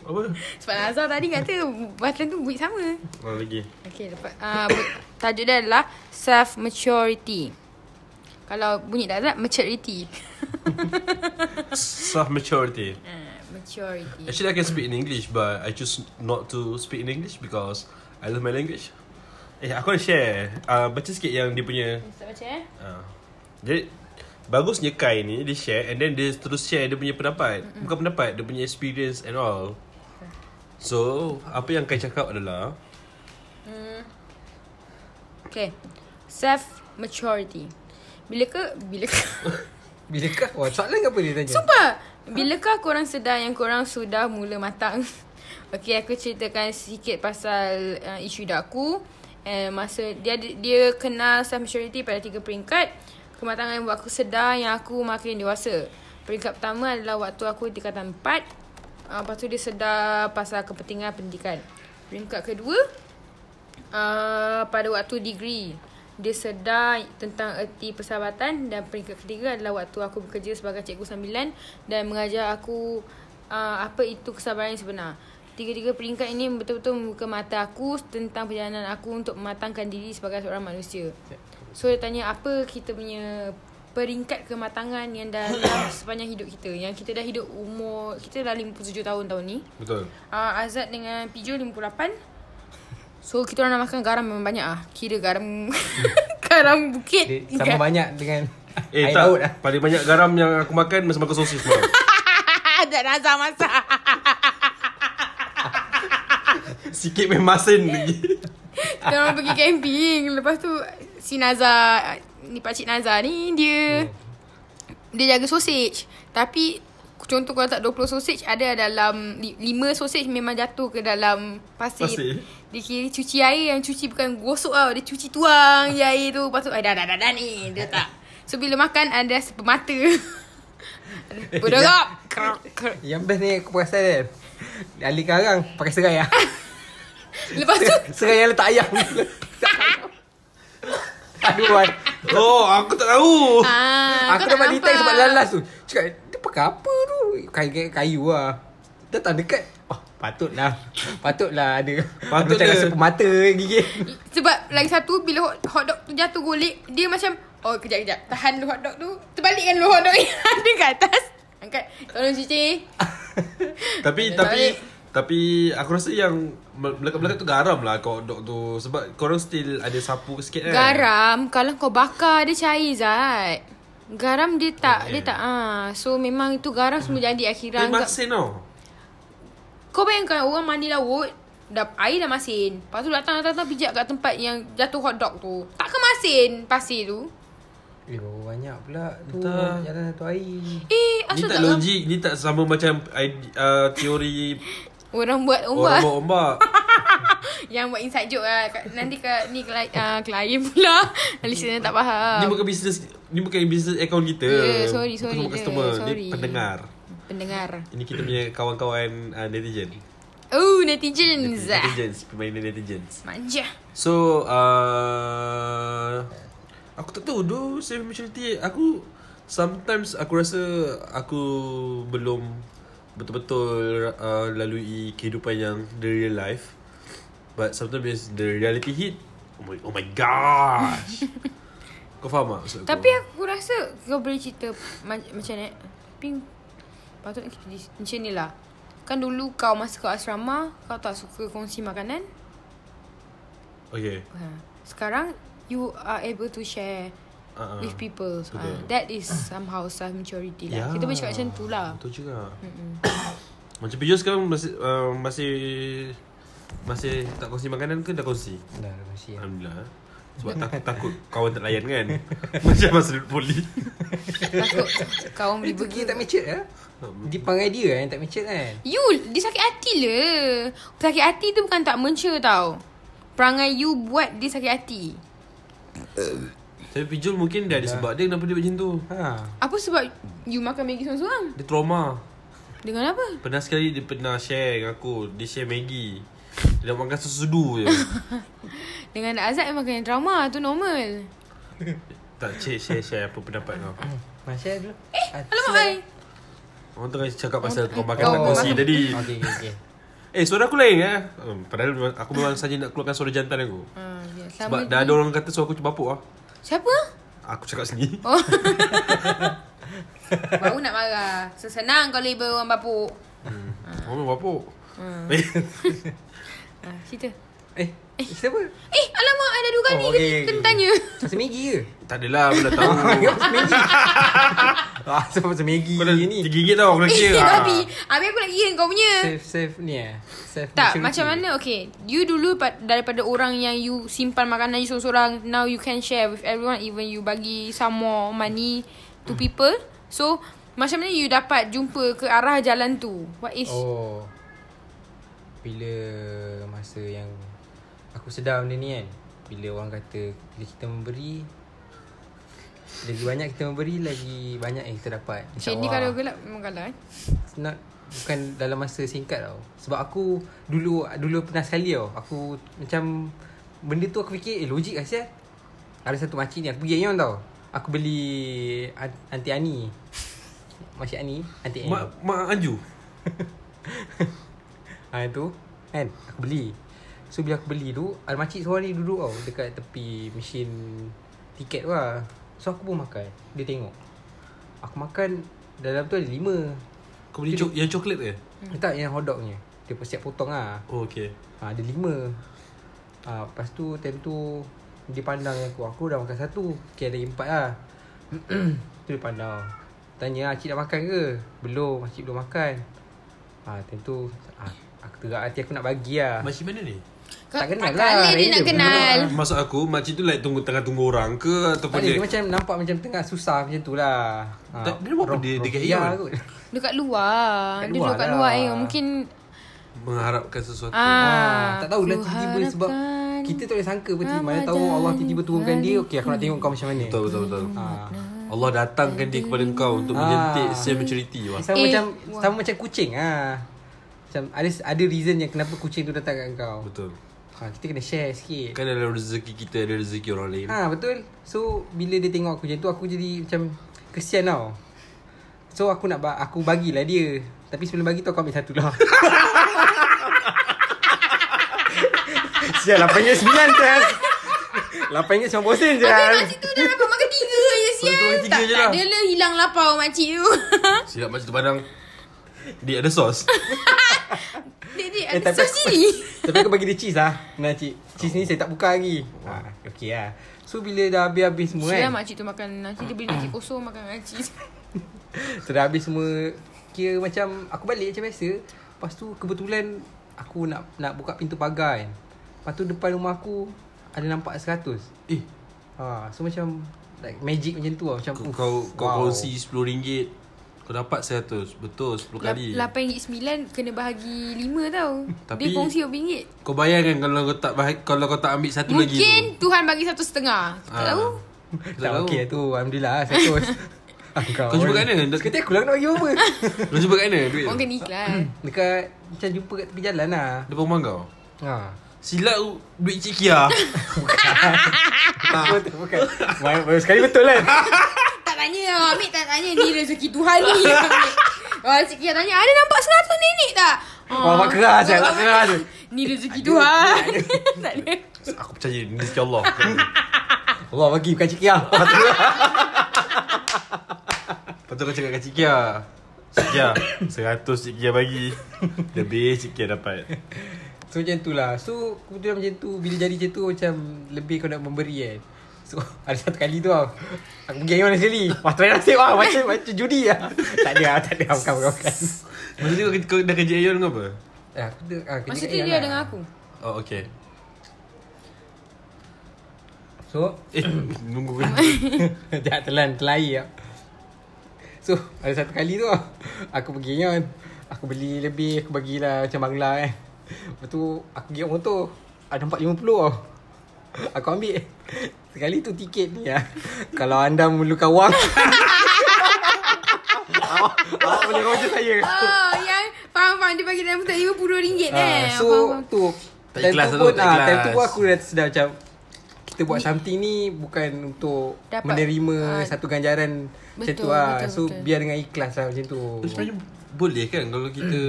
[SPEAKER 2] Apa
[SPEAKER 1] Sebab Azhar tadi kata button tu bunyi sama.
[SPEAKER 2] Oh lagi
[SPEAKER 1] Okay, lepas, uh, tajuk dia adalah self-maturity. Kalau bunyi tak ada, maturity.
[SPEAKER 2] Self maturity
[SPEAKER 1] uh, maturity.
[SPEAKER 2] Actually, I can speak in English, but I choose not to speak in English because I love my language. Eh, aku nak share. Uh, baca sikit yang dia punya.
[SPEAKER 1] Ustaz baca eh?
[SPEAKER 2] Uh, dia, bagusnya Kai ni, dia share and then dia terus share dia punya pendapat. Mm-mm. Bukan pendapat, dia punya experience and all. So, apa yang Kai cakap adalah...
[SPEAKER 1] Okay. Self-maturity. Bilakah, bilakah,
[SPEAKER 3] Bila kau Wah soalan ke apa dia tanya
[SPEAKER 1] sumpah, bilakah korang sedar yang korang sudah mula matang? Okay, aku ceritakan sikit pasal uh, isu dah aku. And masa dia dia kenal self-maturity pada tiga peringkat. Kematangan buat aku sedar yang aku makin dewasa. Peringkat pertama adalah waktu aku tingkatan 4. Uh, lepas tu dia sedar pasal kepentingan pendidikan. Peringkat kedua, uh, pada waktu degree. Dia sedar tentang erti persahabatan dan peringkat ketiga adalah waktu aku bekerja sebagai cikgu sambilan dan mengajar aku uh, apa itu kesabaran yang sebenar. Tiga-tiga peringkat ini betul-betul membuka mata aku tentang perjalanan aku untuk mematangkan diri sebagai seorang manusia. So dia tanya apa kita punya peringkat kematangan yang dalam sepanjang hidup kita. Yang kita dah hidup umur, kita dah 57 tahun tahun ni.
[SPEAKER 2] Betul.
[SPEAKER 1] Uh, Azad dengan Pijo 58. So kita orang nak makan garam memang banyak ah. Kira garam garam bukit.
[SPEAKER 3] dia Sama
[SPEAKER 1] Ga-
[SPEAKER 3] banyak dengan
[SPEAKER 2] Eh,
[SPEAKER 3] Air
[SPEAKER 2] tak.
[SPEAKER 3] laut lah
[SPEAKER 2] Paling banyak garam yang aku makan masa makan sosis malam.
[SPEAKER 1] Ah, Azad dan Azhar masak.
[SPEAKER 2] Sikit memasin lagi.
[SPEAKER 1] Kita orang pergi camping. Lepas tu si Nazar, ni pakcik Nazar ni
[SPEAKER 3] Hmm.
[SPEAKER 1] dia dia jaga sausage. Tapi contoh kalau tak 20 sausage ada dalam 5 sausage memang jatuh ke dalam pasir.
[SPEAKER 2] Pasir.
[SPEAKER 1] Dia kira cuci air yang cuci bukan gosok tau. Dia cuci tuang je air tu. Lepas tu eh, dah dah dah dah ni. Dia tak. So bila makan ada rasa pemata.
[SPEAKER 3] Eh,
[SPEAKER 1] Berdorok.
[SPEAKER 3] ya.
[SPEAKER 1] Krok, krok.
[SPEAKER 3] Yang best ni aku perasan kan Alih karang Pakai serai lah
[SPEAKER 1] Lepas tu
[SPEAKER 3] Seraya letak ayam Aduh Wan
[SPEAKER 2] Oh, aku tak tahu.
[SPEAKER 1] ah,
[SPEAKER 3] Aku
[SPEAKER 1] kau tak
[SPEAKER 3] dapat detect sebab
[SPEAKER 1] nampak.
[SPEAKER 3] lalas tu Cakap Dia pakai apa tu Kayu, kayu, kayu lah Datang dekat Oh patutlah Patutlah ada
[SPEAKER 2] Patut
[SPEAKER 3] Patut Macam
[SPEAKER 2] dia.
[SPEAKER 3] rasa pemata gigit
[SPEAKER 1] Sebab lagi satu Bila hot, hot dog tu jatuh golek Dia macam Oh kejap kejap Tahan dulu hot dog tu Terbalikkan dulu hot dog yang ada kat atas Angkat Tolong cuci
[SPEAKER 2] Tapi
[SPEAKER 1] Boleh
[SPEAKER 2] tapi
[SPEAKER 1] balik.
[SPEAKER 2] tapi aku rasa yang melekat-melekat tu garam lah kau dok tu sebab korang still ada sapu sikit kan.
[SPEAKER 1] Garam Kalau kau bakar Dia cair Zat Garam dia tak Dia tak ah. So memang itu garam semua jadi
[SPEAKER 2] Dia
[SPEAKER 1] Akhiran
[SPEAKER 2] masin Eh, tau.
[SPEAKER 1] Kau bayangkan orang mandi laut dah, Air dah masin Lepas tu datang datang, datang pijak kat tempat yang jatuh hot dog tu Takkan masin pasir tu
[SPEAKER 3] Eh berapa banyak pula tu
[SPEAKER 2] Entah.
[SPEAKER 3] Jalan satu hari
[SPEAKER 1] Eh
[SPEAKER 2] Ni
[SPEAKER 1] asal
[SPEAKER 2] tak
[SPEAKER 1] tak orang,
[SPEAKER 2] logik, ni tak sama macam ide- uh, teori
[SPEAKER 1] orang buat
[SPEAKER 2] orang
[SPEAKER 1] ombak
[SPEAKER 2] buat ombak.
[SPEAKER 1] Yang buat inside joke lah Kat- Nanti kat ni kli, uh, klien pula Listener tak faham
[SPEAKER 2] Ni bukan business ni bukan business account kita.
[SPEAKER 1] Ya, sorry, sorry
[SPEAKER 2] Bukan
[SPEAKER 1] je,
[SPEAKER 2] customer,
[SPEAKER 1] sorry.
[SPEAKER 2] ni pendengar.
[SPEAKER 1] Pendengar
[SPEAKER 2] Ini kita punya kawan-kawan uh, netizen.
[SPEAKER 1] Oh netizens
[SPEAKER 2] Netizens, permainan netizens.
[SPEAKER 1] Manja
[SPEAKER 2] So uh, Aku tak tahu Though Safe maturity Aku Sometimes aku rasa Aku Belum Betul-betul uh, Lalui kehidupan yang The real life But sometimes The reality hit Oh my, oh my gosh Kau faham tak maksud aku?
[SPEAKER 1] Tapi aku rasa kau boleh cerita ma- macam ni. Tapi patut kita dis- macam ni lah. Kan dulu kau masa kau asrama, kau tak suka kongsi makanan.
[SPEAKER 2] Okay
[SPEAKER 1] Ha. Sekarang you are able to share
[SPEAKER 2] uh-uh.
[SPEAKER 1] with people.
[SPEAKER 2] betul.
[SPEAKER 1] Ha. That is somehow self maturity lah.
[SPEAKER 2] Ya.
[SPEAKER 1] Kita boleh cakap macam tu lah.
[SPEAKER 2] Betul juga Macam Pijo sekarang masih, uh, masih Masih tak kongsi makanan ke dah kongsi?
[SPEAKER 3] Dah dah masih
[SPEAKER 2] Alhamdulillah eh. Sebab tak, takut kawan tak layan kan Macam masa duduk poli
[SPEAKER 1] Takut kau beli
[SPEAKER 3] Pergi
[SPEAKER 1] pergi.
[SPEAKER 3] tak macet lah Dia perangai dia kan tak macet kan
[SPEAKER 1] You Dia sakit hati le Sakit hati tu bukan tak mencer tau Perangai you buat Dia sakit hati
[SPEAKER 2] Tapi Pijul mungkin dia ada sebab dia kenapa dia buat macam tu
[SPEAKER 3] Ha
[SPEAKER 1] Apa sebab You makan Maggi seorang-seorang
[SPEAKER 2] Dia trauma
[SPEAKER 1] Dengan apa
[SPEAKER 2] Pernah sekali dia pernah share dengan aku Dia share Maggi Dia nak makan sesudu je
[SPEAKER 1] Dengan anak Azad memang kena trauma Tu normal
[SPEAKER 2] Tak cek share-share apa pendapat kau
[SPEAKER 3] Masya dulu Ah,
[SPEAKER 1] Eh, Alamak hai
[SPEAKER 2] Orang tengah cakap pasal kau makan
[SPEAKER 3] Oh.
[SPEAKER 2] tak kongsi tadi
[SPEAKER 3] Okay okay okay
[SPEAKER 2] Eh suara aku lain eh Hmm, Padahal memang- aku memang saja nak keluarkan suara jantan aku
[SPEAKER 1] ha, ya. Selama
[SPEAKER 2] Sebab dah ada orang kata suara aku bapuk lah
[SPEAKER 1] Siapa?
[SPEAKER 2] Aku cakap sendiri
[SPEAKER 1] Oh Baru nak marah So senang kau label orang bapuk
[SPEAKER 2] Orang memang bapuk
[SPEAKER 1] ha, Cerita
[SPEAKER 3] Eh Siapa?
[SPEAKER 1] Eh alamak Ada dua kali oh,
[SPEAKER 3] Oh, okey,
[SPEAKER 1] okay,
[SPEAKER 3] okey,
[SPEAKER 1] Kena
[SPEAKER 3] okey.
[SPEAKER 1] tanya
[SPEAKER 3] Pasal Maggi ke?
[SPEAKER 2] Tak adalah aku dah tahu
[SPEAKER 3] Ah, pasal pasal Maggi
[SPEAKER 2] Kau dah
[SPEAKER 3] ni
[SPEAKER 2] tergigit tau aku Ah. nak
[SPEAKER 1] Eh
[SPEAKER 2] kira
[SPEAKER 1] Abi
[SPEAKER 3] ah.
[SPEAKER 1] Abi aku nak kira kau punya
[SPEAKER 3] Safe safe ni eh Safe
[SPEAKER 1] Tak
[SPEAKER 3] maturity.
[SPEAKER 1] macam mana Okay You dulu pa- Daripada orang yang you Simpan makanan you seorang-seorang Now you can share with everyone Even you bagi Some more money To
[SPEAKER 3] Hmm.
[SPEAKER 1] people So Macam mana you dapat Jumpa ke arah jalan tu What is oh.
[SPEAKER 3] Oh Bila Masa yang Aku sedar benda ni kan Bila orang kata Bila kita memberi Lagi banyak kita memberi Lagi banyak yang kita dapat
[SPEAKER 1] Macam ni
[SPEAKER 3] InsyaAllah.
[SPEAKER 1] kalau gelap Memang kalah eh
[SPEAKER 3] It's not Bukan dalam masa singkat tau Sebab aku Dulu Dulu pernah sekali tau Aku Macam Benda tu aku fikir Eh logik lah sial Ada satu makcik ni Aku pergi Aeon tau Aku beli An- Aunty Ani Makcik Ani Aunty Ani
[SPEAKER 2] Mak, mak Anju
[SPEAKER 3] Ha itu Kan Aku beli So bila aku beli tu Ada makcik seorang ni duduk tau Dekat tepi mesin Tiket tu lah So aku pun makan Dia tengok Aku makan Dalam tu ada lima
[SPEAKER 2] Kau beli cok, yang coklat ke?
[SPEAKER 3] hmm. Tak yang hotdognya Dia pun siap potong lah
[SPEAKER 2] Oh okay
[SPEAKER 3] ha, Ada lima ha, Lepas tu time tu Dia pandang aku Aku dah makan satu Okay ada empat lah Tu dia pandang Tanya Acik dah makan ke Belum Acik belum makan ha, Time tu ha, Aku tergerak hati aku nak bagi lah
[SPEAKER 2] Makcik mana ni?
[SPEAKER 1] Kau-
[SPEAKER 3] Tak kenal
[SPEAKER 1] tak
[SPEAKER 3] lah,
[SPEAKER 1] kali dia
[SPEAKER 3] random
[SPEAKER 1] nak
[SPEAKER 3] pula.
[SPEAKER 1] kenal
[SPEAKER 2] Maksud aku makcik tu like tunggu tengah tunggu orang ke
[SPEAKER 3] Tak
[SPEAKER 2] ataupun
[SPEAKER 3] ada,
[SPEAKER 2] dia
[SPEAKER 3] dia Eh, macam nampak macam tengah susah macam tu lah.
[SPEAKER 2] Tak, dia buat apa dia dekat Aeon?
[SPEAKER 1] Dekat luar Dia
[SPEAKER 3] Dekat luar
[SPEAKER 1] duduk kat
[SPEAKER 3] lah.
[SPEAKER 1] luar eh Mungkin
[SPEAKER 2] mengharapkan sesuatu?
[SPEAKER 1] Ah,
[SPEAKER 3] Ah, tak tahulah tiba-tiba
[SPEAKER 1] kuharapkan
[SPEAKER 3] sebab kita tak boleh sangka pun tiba
[SPEAKER 1] Ramadan
[SPEAKER 3] mana tahu Allah tiba-tiba turunkan dia. Okey aku nak tengok kau macam mana.
[SPEAKER 2] Betul betul betul. Ah.
[SPEAKER 3] Ha.
[SPEAKER 2] Allah datangkan dia kepada kau untuk
[SPEAKER 3] Ah.
[SPEAKER 2] menjentik saya maturity wah.
[SPEAKER 3] Sama
[SPEAKER 1] Eh,
[SPEAKER 3] macam
[SPEAKER 1] wah.
[SPEAKER 3] sama macam kucing ah. Macam ada ada reason yang kenapa kucing tu datang kat kau.
[SPEAKER 2] Betul.
[SPEAKER 3] ha, Kita kena share sikit
[SPEAKER 2] Kan dalam rezeki kita ada rezeki orang lain.
[SPEAKER 3] Ha betul So bila dia tengok aku macam tu Aku jadi macam Kesian tau So aku nak ba- Aku bagilah dia Tapi sebelum bagi tu Aku ambil satu lah Sial RM8.9 Sial RM8.90 sen
[SPEAKER 1] Habis
[SPEAKER 3] Sial
[SPEAKER 1] makcik tu dah dapat makan tiga je sial.
[SPEAKER 2] Untung tiga
[SPEAKER 1] Tak, tak
[SPEAKER 2] je lah.
[SPEAKER 1] ada lah hilang lapar makcik tu.
[SPEAKER 2] Silap macam tu padang. Dia ada sos.
[SPEAKER 1] Dek, dek,
[SPEAKER 3] Eh,
[SPEAKER 1] ada
[SPEAKER 3] tapi
[SPEAKER 1] sos
[SPEAKER 3] aku-
[SPEAKER 1] sini.
[SPEAKER 3] Tapi aku bagi dia cheese lah Nah cik Cheese ni saya tak buka lagi ha, Okay lah So bila dah habis-habis semua
[SPEAKER 1] Sial
[SPEAKER 3] kan
[SPEAKER 1] makcik tu makan nasi. Dia beli nasi kosong makan nasi.
[SPEAKER 3] So dah habis semua Kira macam Aku balik macam biasa Lepas tu kebetulan Aku nak nak buka pintu pagar kan Lepas tu depan rumah aku Ada nampak 100
[SPEAKER 2] Eh,
[SPEAKER 3] ha, So macam Like magic macam tu lah Macam
[SPEAKER 2] kau
[SPEAKER 3] uff,
[SPEAKER 2] kau, kau kongsi RM10. Kau dapat 100. Betul 10 kali.
[SPEAKER 1] RM8.9 kena bahagi 5 tau. Dia
[SPEAKER 2] Tapi-
[SPEAKER 1] kongsi RM1.
[SPEAKER 2] Kau bayangkan kalau kau tak bahag- kalau kau tak ambil satu lagi tu.
[SPEAKER 1] Mungkin Tuhan bagi satu setengah. Tak
[SPEAKER 2] Ah.
[SPEAKER 1] tahu.
[SPEAKER 2] Kau
[SPEAKER 3] Tak okey lah tu Alhamdulillah lah 100 Aku
[SPEAKER 2] Kau jumpa kat mana?
[SPEAKER 3] Sekali aku lah nak bagi berapa
[SPEAKER 2] Kau jumpa kat mana duit?
[SPEAKER 1] Orang
[SPEAKER 2] tu?
[SPEAKER 1] kena iklan.
[SPEAKER 3] Dekat Macam jumpa kat tepi jalan lah
[SPEAKER 2] Depan rumah kau. Ah.
[SPEAKER 3] Ha
[SPEAKER 2] Silap duit Cik Kia.
[SPEAKER 3] Betul bukan Baru baru sekali betul kan
[SPEAKER 1] Tak tanya lah. Ambil tak tanya. Ni rezeki Tuhan ni. Wah, Cik Kia tanya, ada nampak seratus nenek tak? Ah,
[SPEAKER 3] Wah, awak keras, Cik. Awak keras.
[SPEAKER 1] Ni rezeki Tuhan. tak ada.
[SPEAKER 2] Aku percaya ni rezeki Allah.
[SPEAKER 3] Allah bagi bukan cik Kia
[SPEAKER 2] Lepas tu kau cakap kat Cik Kia. Cik Kia, seratus Cik Kia bagi. Lebih Cik Kia dapat.
[SPEAKER 3] So macam tu lah So kebetulan macam tu Bila jadi macam tu Macam lebih kau nak memberi kan So ada satu kali tu tau Aku pergi Aiman sekali Wah try nasib lah Macam, macam judi lah Tak ada lah Tak ada lah Bukan bukan, bukan.
[SPEAKER 2] Masa tu kau- kau dah kerja Aeon ke apa?
[SPEAKER 3] Eh, aku tu, ah, kerja
[SPEAKER 1] Masa
[SPEAKER 3] kat
[SPEAKER 1] tu
[SPEAKER 3] Aiman
[SPEAKER 1] dia
[SPEAKER 3] lah.
[SPEAKER 1] dengan aku.
[SPEAKER 2] Oh, okay.
[SPEAKER 3] So
[SPEAKER 2] Eh, nunggu kan?
[SPEAKER 3] Jangan telan Terlai lah So ada satu kali tu tau, Aku pergi Aiman Aku beli lebih Aku bagilah Macam bangla kan Lepas tu Aku pergi kat motor Ada 450 tau Aku ambil Sekali tu tiket ni lah Kalau anda memerlukan wang Awak boleh roger saya
[SPEAKER 1] Oh, yang faham-faham dia bagi dalam tak RM50 eh.
[SPEAKER 3] Ah, So
[SPEAKER 1] Faham-faham.
[SPEAKER 3] tu
[SPEAKER 2] Tak
[SPEAKER 3] Time
[SPEAKER 2] ikhlas
[SPEAKER 3] tu
[SPEAKER 2] tu,
[SPEAKER 3] pun
[SPEAKER 2] tak
[SPEAKER 3] ah, Time tu
[SPEAKER 2] ikhlas.
[SPEAKER 3] pun aku dah sedar macam Kita buat something ni Bukan untuk
[SPEAKER 1] Dapat.
[SPEAKER 3] Menerima
[SPEAKER 1] Ah.
[SPEAKER 3] Satu ganjaran Macam tu
[SPEAKER 1] Betul,
[SPEAKER 3] lah
[SPEAKER 1] betul,
[SPEAKER 3] So
[SPEAKER 1] betul.
[SPEAKER 3] biar dengan ikhlas lah Macam tu
[SPEAKER 2] Sebenarnya boleh kan kalau kita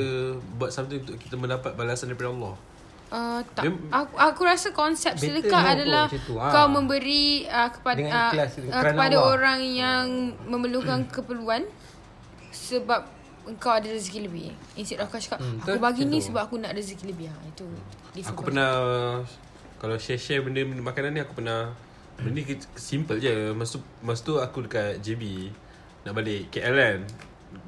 [SPEAKER 2] buat something untuk kita mendapat balasan daripada Allah?
[SPEAKER 1] Uh, tak.
[SPEAKER 2] Dia-
[SPEAKER 1] Aku, aku rasa konsep
[SPEAKER 3] Better
[SPEAKER 1] sedekah
[SPEAKER 3] no,
[SPEAKER 1] adalah
[SPEAKER 3] oh, macam tu, ha.
[SPEAKER 1] kau memberi uh, kepada
[SPEAKER 3] Dengan
[SPEAKER 1] uh,
[SPEAKER 3] ikhlas,
[SPEAKER 1] uh,
[SPEAKER 3] kerana
[SPEAKER 1] kepada
[SPEAKER 3] Allah.
[SPEAKER 1] orang yang memerlukan keperluan sebab engkau ada rezeki lebih. Instead of kau cakap
[SPEAKER 3] Hmm,
[SPEAKER 1] aku
[SPEAKER 3] betul,
[SPEAKER 1] bagi ni
[SPEAKER 3] betul.
[SPEAKER 1] sebab aku nak rezeki lebih. Ha, itu. different
[SPEAKER 2] Aku
[SPEAKER 1] concept.
[SPEAKER 2] pernah kalau share-share benda, benda makanan ni aku pernah benda ni ke- simple je. Masa tu, masa tu aku dekat JB nak balik KL kan.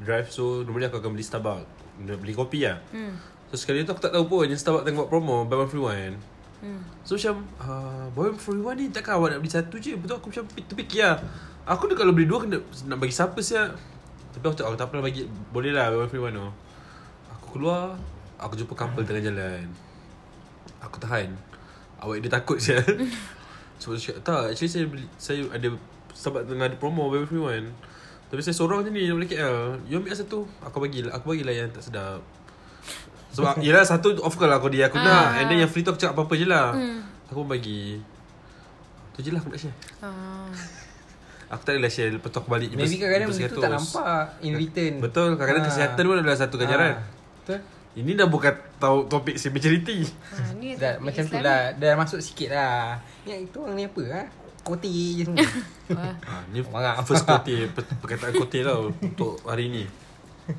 [SPEAKER 2] Drive so normally aku akan beli Starbucks. Nak beli kopi lah. Hmm. So sekali tu aku tak tahu pun yang Starbucks tengah buat promo buy one free one. Hmm. So macam uh, buy one free one ni takkan awak nak beli satu je. Betul aku macam pi- terfikir lah. Aku ni kalau beli dua kena nak bagi siapa siap. Tapi aku tak, aku tak pernah bagi boleh lah buy one free one tu. Aku keluar aku jumpa couple tengah jalan. Aku tahan Awak dia takut saya Sebab dia cakap Tak actually saya beli, Saya ada Sahabat tengah ada promo By everyone Tapi saya seorang je ni Yang balik KL You ambil satu Aku bagi lah Aku bagilah yang tak sedap Sebab Yelah satu Of course lah aku dia Aku nak
[SPEAKER 1] Ah.
[SPEAKER 2] And then yang free tu Aku cakap apa-apa je lah
[SPEAKER 1] Hmm.
[SPEAKER 2] Aku pun bagi Tu je lah aku nak share
[SPEAKER 1] Ah.
[SPEAKER 2] Aku tak adalah share Lepas tu aku balik jumpa-
[SPEAKER 3] Maybe kadang-kadang
[SPEAKER 2] jumpa
[SPEAKER 3] benda tu tak
[SPEAKER 2] 100.
[SPEAKER 3] nampak In return
[SPEAKER 2] Betul Kadang-kadang
[SPEAKER 3] Ah.
[SPEAKER 2] kesihatan pun adalah satu ganjaran
[SPEAKER 3] Ah, Betul
[SPEAKER 2] Ini dah bukan tau- Topik spirituality
[SPEAKER 1] Ha, ni
[SPEAKER 3] dah,
[SPEAKER 1] topik
[SPEAKER 3] Macam tu
[SPEAKER 1] Islamic.
[SPEAKER 3] lah Dah masuk sikit lah Ya itu orang ni apa lah Koti je semua
[SPEAKER 1] Ah.
[SPEAKER 2] Ha, ni
[SPEAKER 3] Marah.
[SPEAKER 2] first kote per- Perkataan kote tau Untuk hari ni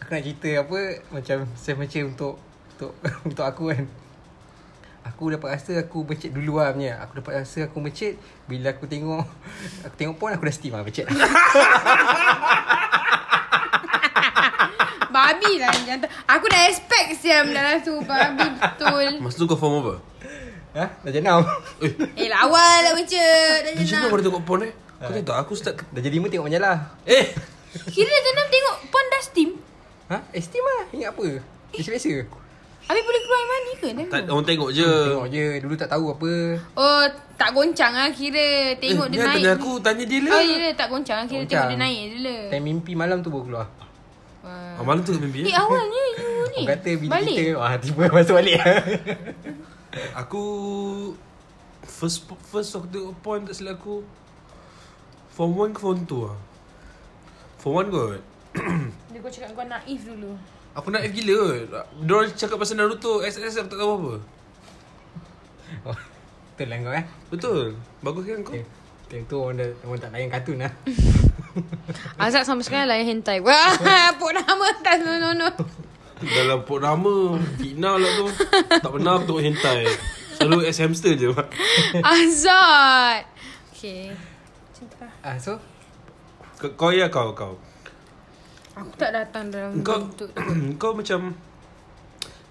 [SPEAKER 3] Aku nak cerita apa Macam Saya macam untuk Untuk untuk aku kan Aku dapat rasa aku mencit dulu lah punya. Aku dapat rasa aku mencit Bila aku tengok Aku tengok pun aku dah steam lah mencit
[SPEAKER 1] Babi lah yang jantan. Aku dah expect siam dalam tu babi betul.
[SPEAKER 2] Masa tu kau form apa?
[SPEAKER 3] Ha? Dah jenam
[SPEAKER 2] Eh
[SPEAKER 1] Eh lawa lah macam. Dah
[SPEAKER 2] Macam mana
[SPEAKER 1] jenam.
[SPEAKER 2] kau dah tengok porn eh? Kau
[SPEAKER 3] Ah.
[SPEAKER 2] tahu tak aku start
[SPEAKER 3] Dah jadi lima tengok macam lah
[SPEAKER 2] Eh
[SPEAKER 1] Kira jenam tengok pon dah steam.
[SPEAKER 3] Ha? Eh steam lah Ingat apa Biasa-biasa
[SPEAKER 2] Eh.
[SPEAKER 1] Habis boleh keluar air mani ke? Dah
[SPEAKER 2] tak,
[SPEAKER 1] keluar?
[SPEAKER 2] Orang tengok je
[SPEAKER 3] Tengok je Dulu tak tahu apa
[SPEAKER 1] Oh, tak goncang lah kira. Tengok
[SPEAKER 2] eh,
[SPEAKER 1] dia
[SPEAKER 2] jangan
[SPEAKER 1] naik.
[SPEAKER 2] Tanya aku Tanya dia lah
[SPEAKER 1] Oh, ya lah. Tak goncang lah kira.
[SPEAKER 3] Goncang.
[SPEAKER 1] Tengok dia naik je lah.
[SPEAKER 3] Time mimpi malam tu baru keluar
[SPEAKER 1] Wah.
[SPEAKER 2] Ah, Malam tu kau mimpi
[SPEAKER 1] Eh,
[SPEAKER 2] eh?
[SPEAKER 1] awalnya you ni?
[SPEAKER 3] Kau kata bila
[SPEAKER 1] Balik.
[SPEAKER 3] kita Wah tiba masuk balik
[SPEAKER 2] Aku First first aku tengok poem tak silap aku Form 1 ke form 2 lah Form 1 kot
[SPEAKER 1] Dia kau cakap kau naif dulu.
[SPEAKER 2] Aku nak F gila kot Diorang cakap pasal Naruto SSS aku tak tahu apa
[SPEAKER 3] oh, Betul lah kau eh
[SPEAKER 2] Betul Bagus kan kau
[SPEAKER 3] okay. Time tu orang, dah, orang tak layan kartun lah
[SPEAKER 1] Azad sama sekarang lain hentai. Wah, pok nama tak no no no.
[SPEAKER 2] Dalam port nama Fitnah lah tu Tak pernah aku tengok hentai Selalu S hamster je Mak.
[SPEAKER 1] Azad. Okay. Cinta.
[SPEAKER 3] ah, So
[SPEAKER 2] Kau- Kau ya kau kau
[SPEAKER 1] Aku tak datang dalam
[SPEAKER 2] Kau
[SPEAKER 1] bentuk.
[SPEAKER 2] Kau macam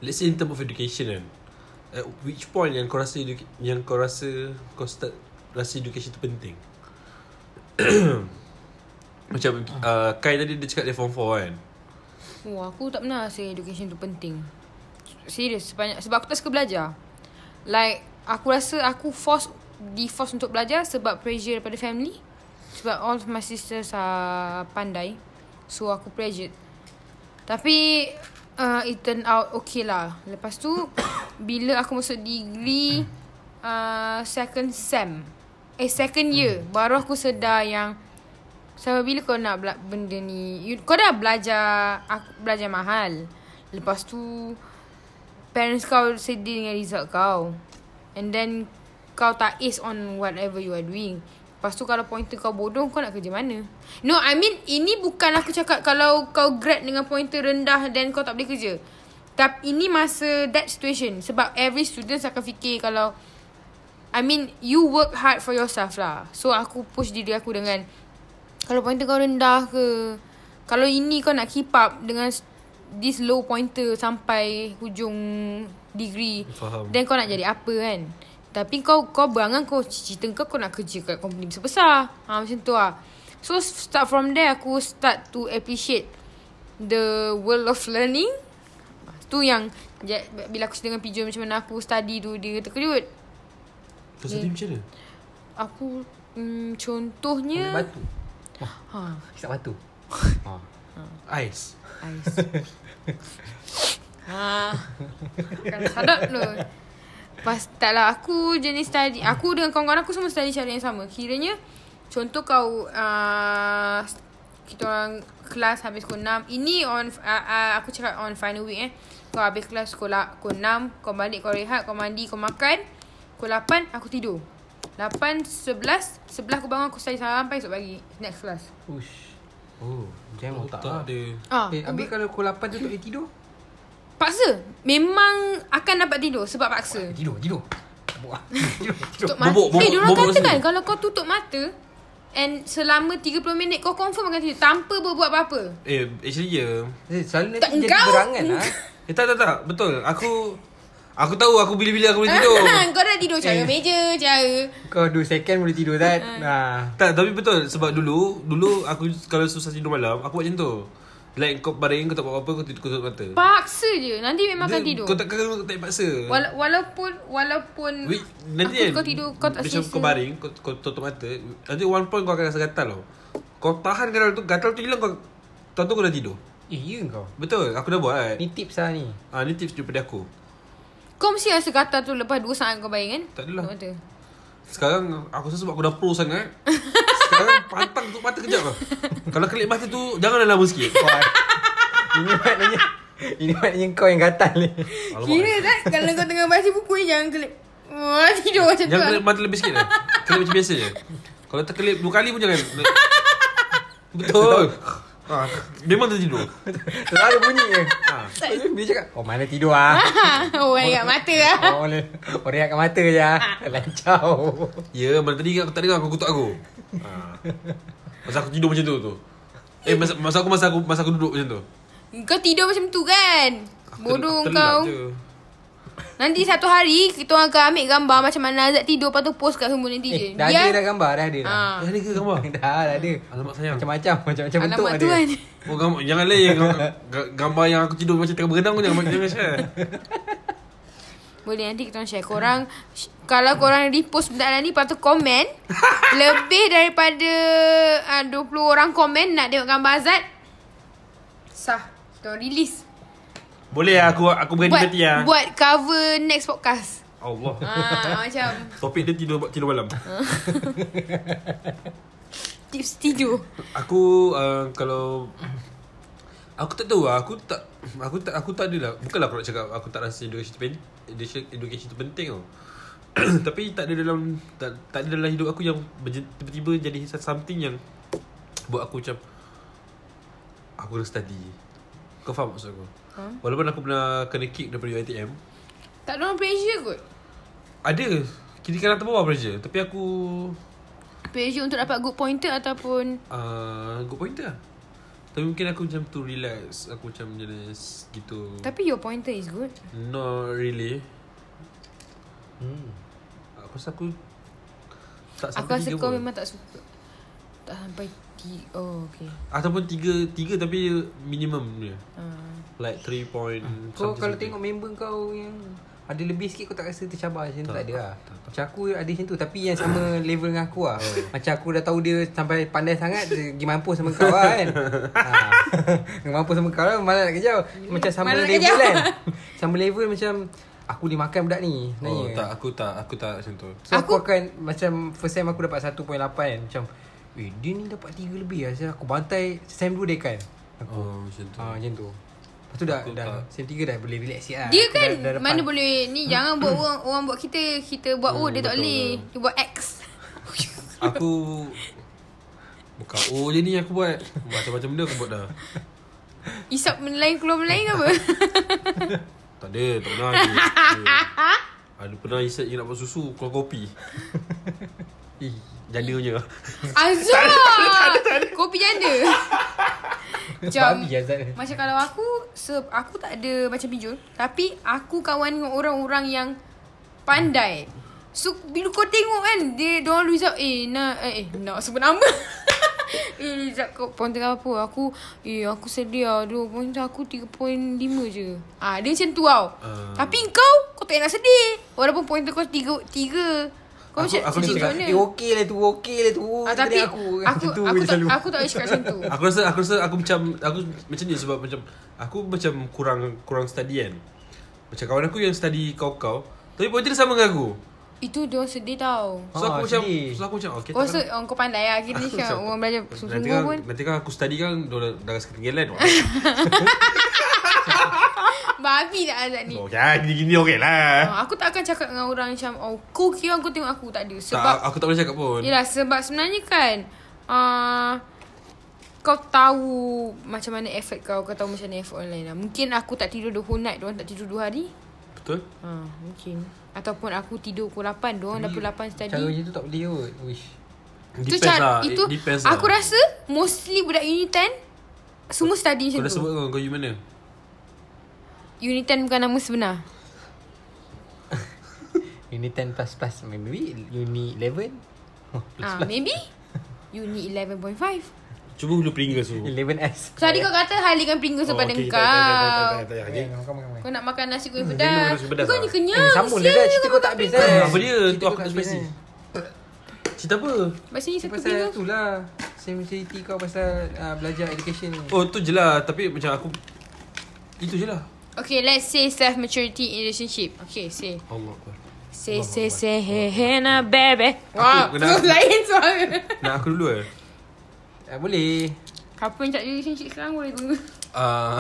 [SPEAKER 2] Let's say in term of education kan At which point yang kau rasa educa- Yang kau rasa Kau start Rasa education tu penting Macam uh, Kai tadi dia cakap dia form 4 kan
[SPEAKER 1] Wah, Oh, aku tak pernah rasa education tu penting. Serius, sebanyak sebab aku tak suka belajar. Like, aku rasa aku force di force untuk belajar sebab pressure daripada family. Sebab all of my sisters are pandai. So aku pressured. Tapi uh, it turn out okay lah. Lepas tu bila aku masuk degree uh, second sem. Eh second year baru aku sedar yang sampai bila kau nak bela- benda ni you, kau dah belajar aku belajar mahal. Lepas tu parents kau sedih dengan result kau. And then kau tak ace on whatever you are doing. Lepas tu kalau pointer kau bodoh kau nak kerja mana? No, I mean ini bukan aku cakap kalau kau grad dengan pointer rendah then kau tak boleh kerja. Tapi ini masa that situation sebab every students akan fikir kalau I mean you work hard for yourself lah. So aku push diri aku dengan kalau pointer kau rendah ke kalau ini kau nak keep up dengan s- this low pointer sampai hujung degree
[SPEAKER 2] Faham.
[SPEAKER 1] then kau nak jadi apa kan tapi kau kau berangan kau cita kau kau nak kerja kat company besar-besar ha, macam tu lah so start from there aku start to appreciate the world of learning tu yang ja- bila aku cerita dengan Pijo macam mana aku study tu dia terkejut
[SPEAKER 2] Kau sedih macam mana?
[SPEAKER 1] aku mm,
[SPEAKER 3] yeah.
[SPEAKER 1] contohnya
[SPEAKER 3] Batu
[SPEAKER 1] ha
[SPEAKER 3] Hisap batu ah.
[SPEAKER 2] Ais
[SPEAKER 1] Ais. ha. Kan sadap tu. Pas tak lah aku jenis study. Aku dengan kawan-kawan aku semua study cara yang sama. Kiranya contoh kau uh, kita orang kelas habis pukul 6. Ini on uh, uh, aku cakap on final week eh. Kau habis kelas sekolah pukul 6, kau balik kau rehat, kau mandi, kau makan. Pukul 8 aku tidur. 8 11 11 aku bangun aku study sampai esok pagi next kelas.
[SPEAKER 3] Ush Oh Jam
[SPEAKER 2] Otak
[SPEAKER 3] otak lah
[SPEAKER 2] dia
[SPEAKER 1] Ah,
[SPEAKER 3] Eh habis kalau pukul 8 tu tak boleh tidur
[SPEAKER 1] Paksa Memang akan dapat tidur Sebab paksa
[SPEAKER 3] Tidur tidur Tabuk lah Tidur tidur
[SPEAKER 1] Tutup mata
[SPEAKER 2] Bobok, bobok,
[SPEAKER 1] Eh diorang
[SPEAKER 2] bobok
[SPEAKER 1] kata kan
[SPEAKER 2] sini.
[SPEAKER 1] Kalau kau tutup mata And selama 30 minit Kau confirm akan tidur Tanpa berbuat apa-apa
[SPEAKER 2] Eh actually ya yeah.
[SPEAKER 3] Eh, Selalu
[SPEAKER 1] Tak,
[SPEAKER 3] nanti jadi
[SPEAKER 1] engkau-
[SPEAKER 3] berangan lah
[SPEAKER 2] Eh tak tak tak Betul Aku Aku tahu aku bila-bila aku boleh tidur
[SPEAKER 1] Kau dah tidur Cara
[SPEAKER 3] Eh.
[SPEAKER 1] meja Cara
[SPEAKER 3] Kau 2 second boleh tidur
[SPEAKER 1] Ah.
[SPEAKER 3] tak Nah
[SPEAKER 2] Tak tapi betul Sebab dulu Dulu aku Kalau susah tidur malam Aku buat macam tu Like kau baring Kau tak buat apa-apa Kau tidur kau tutup mata
[SPEAKER 1] Paksa je Nanti memang akan
[SPEAKER 2] Dia-
[SPEAKER 1] tidur
[SPEAKER 2] Kau tak kau tak paksa
[SPEAKER 1] Wala- Walaupun Walaupun
[SPEAKER 2] Wait, nanti
[SPEAKER 1] aku, Kau
[SPEAKER 2] kan
[SPEAKER 1] tidur Kau tak
[SPEAKER 2] Macam
[SPEAKER 1] selesa.
[SPEAKER 2] kau baring kau, kau tutup mata Nanti one point kau akan rasa gatal tau Kau tahan gatal tu Gatal tu hilang kau Tahu tu kau dah tidur
[SPEAKER 3] Eh ya kau
[SPEAKER 2] Betul aku dah buat kan
[SPEAKER 3] Ni tips lah ni
[SPEAKER 2] ha, Ni tips daripada aku
[SPEAKER 1] Kau mesti rasa gatal tu Lepas 2 saat kau baring kan
[SPEAKER 2] Tak adalah.
[SPEAKER 1] Tutup mata.
[SPEAKER 2] Sekarang aku rasa sebab aku dah pro sangat Sekarang pantang tutup mata kejap lah Kalau kelip mata tu Jangan dah lama sikit
[SPEAKER 3] Wah. Ini maknanya Ini maknanya kau yang gatal ni
[SPEAKER 1] Kira tak Kalau kau tengah baca buku ni Jangan kelip Wah tidur macam tu
[SPEAKER 2] Jangan
[SPEAKER 1] lah.
[SPEAKER 2] kelip mata lebih sikit lah Kelip macam biasa je Kalau terkelip dua kali pun jangan Betul ha, Memang tertidur
[SPEAKER 3] Terus ada bunyi je
[SPEAKER 2] ha.
[SPEAKER 3] Dia cakap Oh mana tidur ah
[SPEAKER 1] Oh my god Mata lah
[SPEAKER 3] Oh, Orang orang ingat kat mata je ah. Lancau
[SPEAKER 2] Ya yeah, mana tadi aku tak dengar Kau kutuk aku ha. Masa aku tidur macam tu tu Eh masa, masa aku masa aku masa aku duduk macam tu
[SPEAKER 1] Kau tidur macam tu kan
[SPEAKER 2] Aku
[SPEAKER 1] Bodoh
[SPEAKER 2] ter-
[SPEAKER 1] kau
[SPEAKER 2] terlelap je.
[SPEAKER 1] Nanti satu hari Kita orang akan ambil gambar Macam mana Azad tidur Lepas tu post kat semua nanti je
[SPEAKER 3] Eh, dah ada dah gambar dah ada dah.
[SPEAKER 1] Ah.
[SPEAKER 2] Dah ada Eh, ke gambar?
[SPEAKER 3] Dah, dah ada.
[SPEAKER 2] Alamak sayang
[SPEAKER 3] Macam-macam, macam-macam bentuk
[SPEAKER 1] Alamat
[SPEAKER 3] ada.
[SPEAKER 1] tu kan
[SPEAKER 2] Oh gambar Jangan lah yang gambar- Gambar yang aku tidur Macam tengah berenang pun Jangan jangan share
[SPEAKER 1] Boleh nanti kita orang share Korang sh- Kalau korang repost benda ni Lepas tu komen Lebih daripada uh, 20 orang komen Nak tengok gambar Azad Sah Kita orang release
[SPEAKER 2] Boleh lah, aku aku
[SPEAKER 1] buat,
[SPEAKER 2] berhenti-henti
[SPEAKER 3] ah.
[SPEAKER 2] lah.
[SPEAKER 1] buat cover next podcast.
[SPEAKER 2] Allah.
[SPEAKER 1] Ah, macam
[SPEAKER 2] Topik dia tidur tidur malam.
[SPEAKER 1] tips tidur.
[SPEAKER 2] Aku uh, kalau aku tak tahu lah, aku tak aku tak aku tak adalah bukanlah aku nak cakap aku tak rasa education tu pen- education, education tu penting tau. Tapi tak ada dalam tak, tak ada dalam hidup aku yang berje- tiba-tiba jadi something yang buat aku macam aku kena study. Kau faham maksud aku? Huh? Walaupun aku pernah kena kick daripada UiTM,
[SPEAKER 1] Tak ada orang pressure kot.
[SPEAKER 2] ada kiri kanan terbawa pressure. Tapi aku
[SPEAKER 1] Pressure untuk dapat good pointer ataupun
[SPEAKER 2] uh, good pointer lah. Tapi mungkin aku macam tu relax. Aku macam jenis gitu.
[SPEAKER 1] tapi your pointer is good.
[SPEAKER 2] Not really.
[SPEAKER 3] Hmm.
[SPEAKER 2] Aku rasa aku tak
[SPEAKER 1] Aku
[SPEAKER 2] sampai
[SPEAKER 1] rasa
[SPEAKER 2] tiga
[SPEAKER 1] kau
[SPEAKER 2] pun.
[SPEAKER 1] memang tak suka. Tak sampai ti Oh, okay.
[SPEAKER 2] Ataupun tiga, tiga tapi minimum dia.
[SPEAKER 1] Ah.
[SPEAKER 2] Like three point
[SPEAKER 3] Kau
[SPEAKER 2] something,
[SPEAKER 3] kalau
[SPEAKER 2] something.
[SPEAKER 3] tengok member kau yang ada lebih sikit kau tak rasa tercabar macam tu
[SPEAKER 2] Tak,
[SPEAKER 3] tak ada lah.
[SPEAKER 2] tak, Oh, ya. tak.
[SPEAKER 3] Macam aku ada macam tu tapi yang sama level dengan aku lah. Macam aku dah tahu dia sampai pandai sangat dia pergi mampus sama kau lah kan. ha. Pergi mampus sama kau lah malah nak kejau. Macam sama
[SPEAKER 1] Malah nak
[SPEAKER 3] level
[SPEAKER 1] kejau.
[SPEAKER 3] kan. sama level macam aku boleh makan budak ni eh. sebenarnya.
[SPEAKER 2] Oh, tak, aku tak, aku tak macam tu.
[SPEAKER 3] So aku, aku akan Macam first time aku dapat 1.8 kan Macam Eh dia ni dapat 3 lebih lah Saya aku bantai Sem 2 dia kan Aku
[SPEAKER 2] Oh, macam tu.
[SPEAKER 3] ha, Macam tu Lepas tu dah,
[SPEAKER 2] Aku
[SPEAKER 3] dah
[SPEAKER 2] tak.
[SPEAKER 3] Sem 3 dah boleh relax sikit lah
[SPEAKER 1] Dia
[SPEAKER 3] Aku
[SPEAKER 1] kan
[SPEAKER 3] dah, dah
[SPEAKER 1] mana boleh ni jangan buat orang orang buat kita kita buat oh
[SPEAKER 2] Hmm,
[SPEAKER 1] dia tak
[SPEAKER 2] betul,
[SPEAKER 1] boleh.
[SPEAKER 2] betul.
[SPEAKER 1] Dia buat X.
[SPEAKER 2] Aku Bukan oh je ni aku buat Macam-macam benda aku buat dah
[SPEAKER 1] Isap Melayu keluar Melayu ke apa?
[SPEAKER 2] Tak ada Tak pernah je Ada pernah isap je nak buat susu Keluar kopi
[SPEAKER 3] Ih,
[SPEAKER 2] Janda punya
[SPEAKER 1] Azab. Kopi janda. Macam
[SPEAKER 3] Babi Azad ni.
[SPEAKER 1] macam kalau aku se- aku tak ada macam bijul tapi aku kawan dengan orang-orang yang pandai. So bila kau tengok kan dia dia orang Luizab eh nak eh eh, nak sebut nama. eh Luizab kau poin tengah apa? Aku eh aku sedih ah dua poin aku 3.5 je. Ah dia macam tu tau.
[SPEAKER 2] Ah.
[SPEAKER 1] Tapi kau kau tak nak sedih. Walaupun poin kau 3 3. Kau
[SPEAKER 2] Aku-
[SPEAKER 1] macam
[SPEAKER 2] aku
[SPEAKER 1] sedih
[SPEAKER 2] cakap,
[SPEAKER 1] kat mana?
[SPEAKER 3] Eh okey lah tu Okey lah tu
[SPEAKER 1] Ah,
[SPEAKER 3] Kita
[SPEAKER 1] tapi
[SPEAKER 3] tengok
[SPEAKER 1] aku
[SPEAKER 3] kan,
[SPEAKER 1] aku
[SPEAKER 3] macam
[SPEAKER 1] aku, aku
[SPEAKER 3] tu je
[SPEAKER 1] tak
[SPEAKER 3] selalu.
[SPEAKER 1] aku tak boleh cakap macam tu.
[SPEAKER 2] Aku rasa aku rasa aku macam aku macam ni sebab macam aku macam kurang kurang study kan. Macam kawan aku yang study kau-kau, tapi point dia sama dengan aku.
[SPEAKER 1] Itu dia orang sedih tau.
[SPEAKER 2] So
[SPEAKER 3] Ah,
[SPEAKER 2] aku macam
[SPEAKER 3] sedih.
[SPEAKER 2] so aku macam okay.
[SPEAKER 1] Oh, so orang kau pandai lah. Kira ni kan orang belajar
[SPEAKER 2] Eh, nanti
[SPEAKER 1] sungguh
[SPEAKER 2] kan,
[SPEAKER 1] pun.
[SPEAKER 2] Nanti kan aku study kan dia dah, dah rasa ketinggalan.
[SPEAKER 1] Babi tak Azad ni.
[SPEAKER 2] Oh, jangan gini-gini okey lah.
[SPEAKER 1] Ah, aku tak akan cakap dengan orang macam, oh kau kira kau tengok aku. Tak ada. Sebab,
[SPEAKER 2] Tak, aku tak boleh cakap pun.
[SPEAKER 1] yelah sebab sebenarnya kan, uh, kau tahu macam mana effort kau. Kau tahu macam mana effort online lah. Mungkin aku tak tidur the whole night. Diorang tak tidur dua hari.
[SPEAKER 2] Betul?
[SPEAKER 1] Ha, mungkin. Ataupun aku tidur pukul 8. Diorang dah pukul 8 study.
[SPEAKER 3] Cara macam tu tak boleh kot Wish
[SPEAKER 1] Itu
[SPEAKER 2] Depends
[SPEAKER 1] cara
[SPEAKER 2] lah. It
[SPEAKER 1] itu
[SPEAKER 2] depends
[SPEAKER 1] aku
[SPEAKER 2] lah.
[SPEAKER 1] rasa mostly budak unit 10 semua study
[SPEAKER 2] Kau
[SPEAKER 1] macam
[SPEAKER 2] dah
[SPEAKER 1] tu.
[SPEAKER 2] sebut kau, kau you mana?
[SPEAKER 1] Unit 10 bukan nama sebenar.
[SPEAKER 3] Uni 10 plus plus Maybe Uni 11
[SPEAKER 1] Ah, maybe unit 11.5.
[SPEAKER 2] Cuba hulu Pringles tu.
[SPEAKER 3] 11S
[SPEAKER 1] Tadi kau kata halikan Pringles
[SPEAKER 2] Oh,
[SPEAKER 1] kepada
[SPEAKER 2] okey,
[SPEAKER 1] kau.
[SPEAKER 2] tak, tak, tak, tak, tak, tak, tak, okay.
[SPEAKER 3] Makan, makan, makan.
[SPEAKER 1] Kau nak makan nasi
[SPEAKER 3] Hmm,
[SPEAKER 1] goreng
[SPEAKER 2] Zeno
[SPEAKER 1] pedas.
[SPEAKER 2] nasi pedas
[SPEAKER 1] Kau
[SPEAKER 2] lah.
[SPEAKER 1] ni
[SPEAKER 3] Eh
[SPEAKER 1] kenyang.
[SPEAKER 3] sambung
[SPEAKER 1] Sial,
[SPEAKER 3] dah Cerita kau tak habis kan
[SPEAKER 2] Apa dia? Tu
[SPEAKER 3] Cerita kau
[SPEAKER 2] aku
[SPEAKER 3] tak
[SPEAKER 2] tak
[SPEAKER 3] habis,
[SPEAKER 2] spicy.
[SPEAKER 3] kan?
[SPEAKER 2] Cerita apa?
[SPEAKER 1] Macam ni satu
[SPEAKER 3] eh. Pasal
[SPEAKER 1] Pringles.
[SPEAKER 3] tu lah Same cerita kau pasal uh, Belajar education ni
[SPEAKER 2] Oh, tu je lah. Tapi macam aku itu je lah.
[SPEAKER 1] Okay, let's say self maturity in relationship. Okay, say.
[SPEAKER 2] Allah Akbar.
[SPEAKER 1] Say, say, say, hey, hey, na, baby.
[SPEAKER 2] Aku
[SPEAKER 1] Wah,
[SPEAKER 2] kena-
[SPEAKER 1] tu lain suara.
[SPEAKER 2] Nak aku dulu eh?
[SPEAKER 3] Ah, boleh.
[SPEAKER 1] Couple yang tak ada relationship sekarang boleh guna.
[SPEAKER 2] Uh,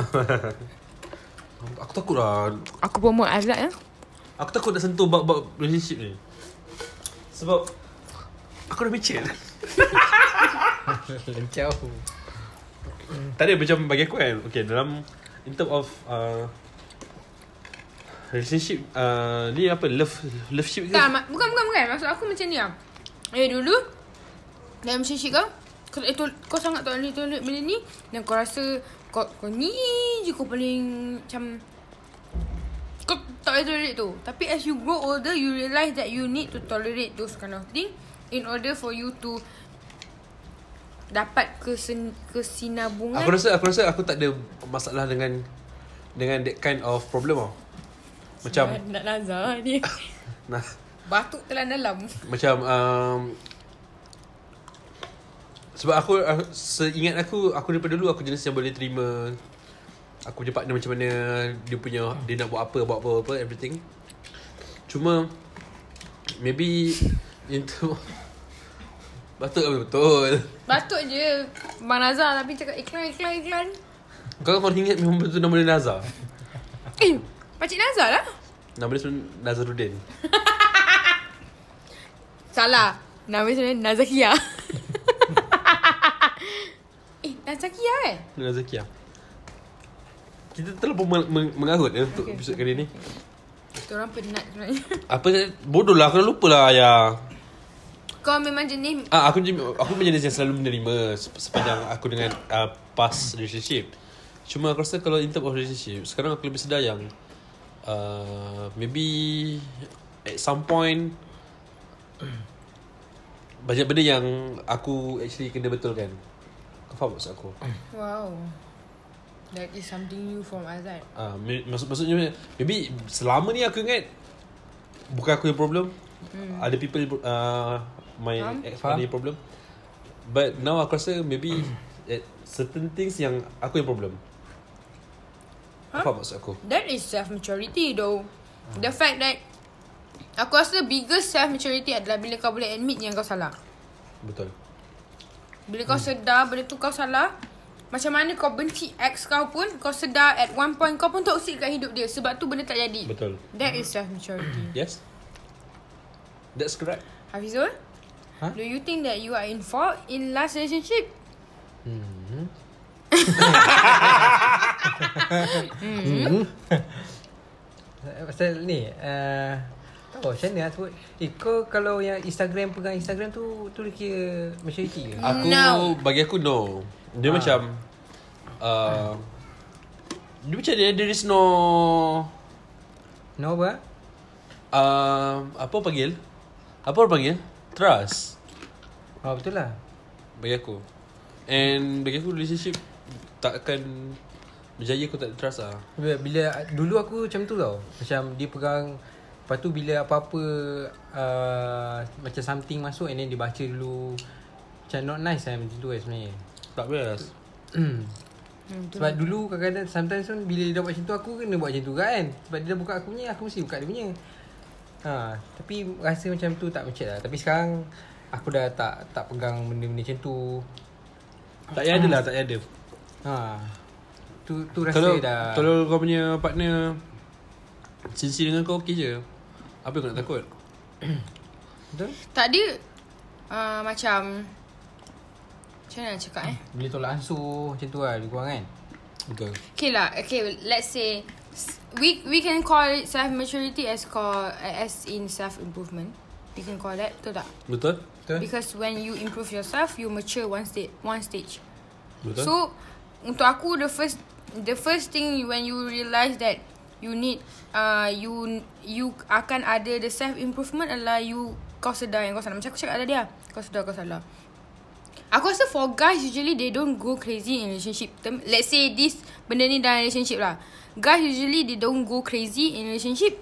[SPEAKER 2] aku takut lah.
[SPEAKER 1] Aku promote Azlat ya.
[SPEAKER 2] Aku takut nak sentuh bab-bab relationship ni. Sebab aku dah mature.
[SPEAKER 3] Lencau.
[SPEAKER 2] tak ada macam bagi aku kan. Okay, dalam in term of uh, relationship uh, ni apa love love ship ke?
[SPEAKER 1] Tak, ma- bukan, bukan, bukan. Maksud aku macam ni lah. Eh, dulu, dalam relationship kau, kau, eh, tol- kau sangat tak boleh tolerate benda ni. Dan kau rasa, kau, kau ni je kau paling macam... Kau tak boleh tolerate tu. Tapi as you grow older, you realise that you need to tolerate those kind of thing in order for you to dapat kesen, kesinabungan.
[SPEAKER 2] Aku rasa aku rasa aku tak ada masalah dengan dengan that kind of problem tau. Macam
[SPEAKER 1] Nak nazar lah ni.
[SPEAKER 2] nah
[SPEAKER 1] Batuk telan dalam.
[SPEAKER 2] Macam um, ah, Sebab aku, aku Seingat aku Aku daripada dulu Aku jenis yang boleh terima Aku punya partner macam mana Dia punya Dia nak buat apa Buat apa apa Everything Cuma Maybe Into Batuk lah betul
[SPEAKER 1] Batuk je Bang Nazar tapi cakap iklan iklan iklan.
[SPEAKER 2] Kau kau ingat memang betul nama dia Nazar
[SPEAKER 1] Eh, Pakcik Nazar lah.
[SPEAKER 2] Nama dia sebenarnya Nazaruddin
[SPEAKER 1] Salah. Nama sebenarnya Nazakia. eh, Nazakia eh?
[SPEAKER 2] Dengan Zakia Kita terlalu meng- meng- mengarut ya, Untuk okay. episod kali ni
[SPEAKER 1] Diorang penat sebenarnya.
[SPEAKER 2] Apa Bodoh lah Aku dah lupa lah Ayah
[SPEAKER 1] Kau memang jenis
[SPEAKER 2] Ah, aku je- aku punya jenis yang selalu menerima se- sepanjang aku dengan uh, past relationship. Cuma aku rasa kalau in term of relationship, sekarang aku lebih sedar yang uh, maybe at some point banyak benda yang aku actually kena betulkan. Kau faham maksud aku?
[SPEAKER 1] Wow. That is something new from Azad.
[SPEAKER 2] Ah, uh, maksud maksudnya maybe selama ni aku ingat bukan aku yang problem. Hmm. Ada people uh, my
[SPEAKER 1] Faham?
[SPEAKER 2] ex
[SPEAKER 3] Faham.
[SPEAKER 2] ada yang problem. But now aku rasa maybe at certain things yang aku yang problem. Huh? Apa maksud aku?
[SPEAKER 1] That is self maturity though. The fact that aku rasa biggest self maturity adalah bila kau boleh admit yang kau salah.
[SPEAKER 2] Betul.
[SPEAKER 1] Bila kau sedar benda tu kau salah, macam mana kau benci ex kau pun kau sedar at one point kau pun toxic kat hidup dia sebab tu benda tak jadi.
[SPEAKER 2] Betul.
[SPEAKER 1] That is self maturity.
[SPEAKER 2] Yes. That's correct.
[SPEAKER 1] Hafizul,
[SPEAKER 3] Huh?
[SPEAKER 1] do you think that you are in fault in last relationship?
[SPEAKER 3] Hmm.
[SPEAKER 1] Hmm.
[SPEAKER 3] Eh, Pasal ni uh, Tak tahu macam mana nak sebut Eh kau kalau yang Instagram Pegang Instagram tu Tu dia kira maturity ke?
[SPEAKER 2] Aku
[SPEAKER 1] No.
[SPEAKER 2] bagi aku no. Dia
[SPEAKER 3] Ah.
[SPEAKER 2] macam uh, dia macam dia there is no
[SPEAKER 3] No apa?
[SPEAKER 2] uh, apa panggil? Apa orang panggil? Trust.
[SPEAKER 3] Oh betul lah
[SPEAKER 2] Bagi aku And bagi aku relationship Takkan Berjaya aku tak trust lah
[SPEAKER 3] bila, bila Dulu aku macam tu tau Macam dia pegang Lepas tu bila apa-apa uh, Macam something masuk And then dia baca dulu Macam not nice lah Macam tu eh sebenarnya
[SPEAKER 2] Tak best
[SPEAKER 3] Sebab dulu kadang-kadang Sometimes pun bila dia dah buat macam tu Aku kena buat macam tu kan Sebab dia dah buka aku punya Aku mesti buka dia punya ha, Tapi rasa macam tu tak macam lah Tapi sekarang Aku dah tak tak pegang benda-benda macam tu
[SPEAKER 2] Tak payah ada lah Tak payah ada
[SPEAKER 3] ha, Tu tu rasa
[SPEAKER 2] Kalau
[SPEAKER 3] dah
[SPEAKER 2] Kalau kau punya partner Sincere dengan kau okey je Apa yang kau nak takut
[SPEAKER 3] Betul?
[SPEAKER 1] Tadi uh, macam macam mana nak cakap eh?
[SPEAKER 3] Bila tolak ansur Macam tu lah lebih kurang kan
[SPEAKER 2] Betul
[SPEAKER 1] Okay lah. Okay, let's say s- we we can call it self maturity as call as in self improvement. We can call that betul tak?
[SPEAKER 2] Betul?
[SPEAKER 3] Betul?
[SPEAKER 1] Because when you improve yourself, you mature one stage one stage.
[SPEAKER 2] Betul
[SPEAKER 1] So untuk aku the first the first thing when you realise that you need uh, you you akan ada the self improvement adalah you kau sedar yang kau salah. Macam aku cakap tadi lah. Kau sedar kau salah. Aku rasa for guys usually they don't go crazy in relationship. Tem- Let's say this benda ni dalam relationship lah. Guys usually they don't go crazy in relationship.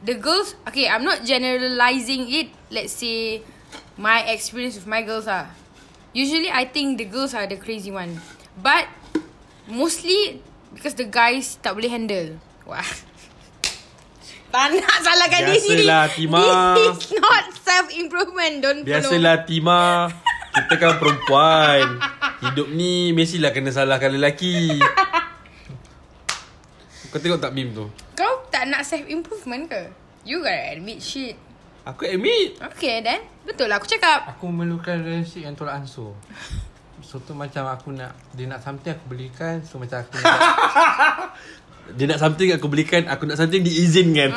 [SPEAKER 1] The girls, okay, I'm not generalizing it. Let's say my experience with my girls lah. Usually I think the girls are the crazy one. But mostly because the guys tak boleh handle. Wah. Tak nak salahkan diri sendiri.
[SPEAKER 2] Biasalah, Timah.
[SPEAKER 1] This is not self-improvement. Don't follow.
[SPEAKER 2] Biasalah Tima Kita kan perempuan Hidup ni Mestilah kena salahkan lelaki Kau tengok tak meme tu
[SPEAKER 1] Kau tak nak self improvement ke? You gotta admit shit.
[SPEAKER 2] Aku admit
[SPEAKER 1] Okay then. Betul lah aku cakap.
[SPEAKER 3] Aku memerlukan relationship yang tolak ansur So tu macam aku nak Dia nak something aku belikan So macam aku nak
[SPEAKER 2] Dia nak something aku belikan Aku nak something diizinkan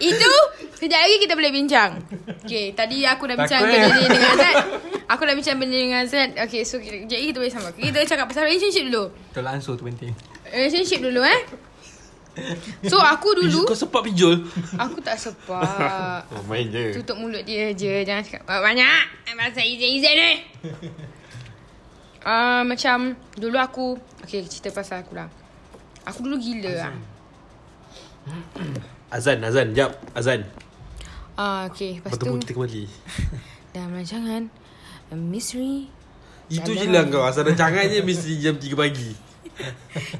[SPEAKER 1] Itu sekejap lagi kita boleh bincang. Okay, tadi aku dah bincang
[SPEAKER 3] Takut
[SPEAKER 1] benda
[SPEAKER 3] eh.
[SPEAKER 1] ni dengan Azad. Aku dah bincang benda ni dengan Azad. Okay, so kita- sekejap lagi kita boleh sambung. Kita cakap pasal relationship dulu.
[SPEAKER 2] lah,
[SPEAKER 3] Tolak ansur tu penting
[SPEAKER 1] Relationship dulu eh. So aku dulu
[SPEAKER 2] Kau sepak pijol
[SPEAKER 1] Aku tak sepak
[SPEAKER 2] Oh main je
[SPEAKER 1] Tutup mulut dia je Jangan cakap banyak-banyak Bahasa izin-izin ni uh, Macam Dulu aku Okay cerita pasal aku lah Aku dulu gila lah
[SPEAKER 2] Azan Azan jap Azan
[SPEAKER 1] Ah, okay, lepas tu
[SPEAKER 2] Bertemu
[SPEAKER 1] kan,
[SPEAKER 2] kita kembali
[SPEAKER 1] dalam rancangan Misteri
[SPEAKER 2] Itu je lah kau Asal dah jangan je Mesti jam 3 pagi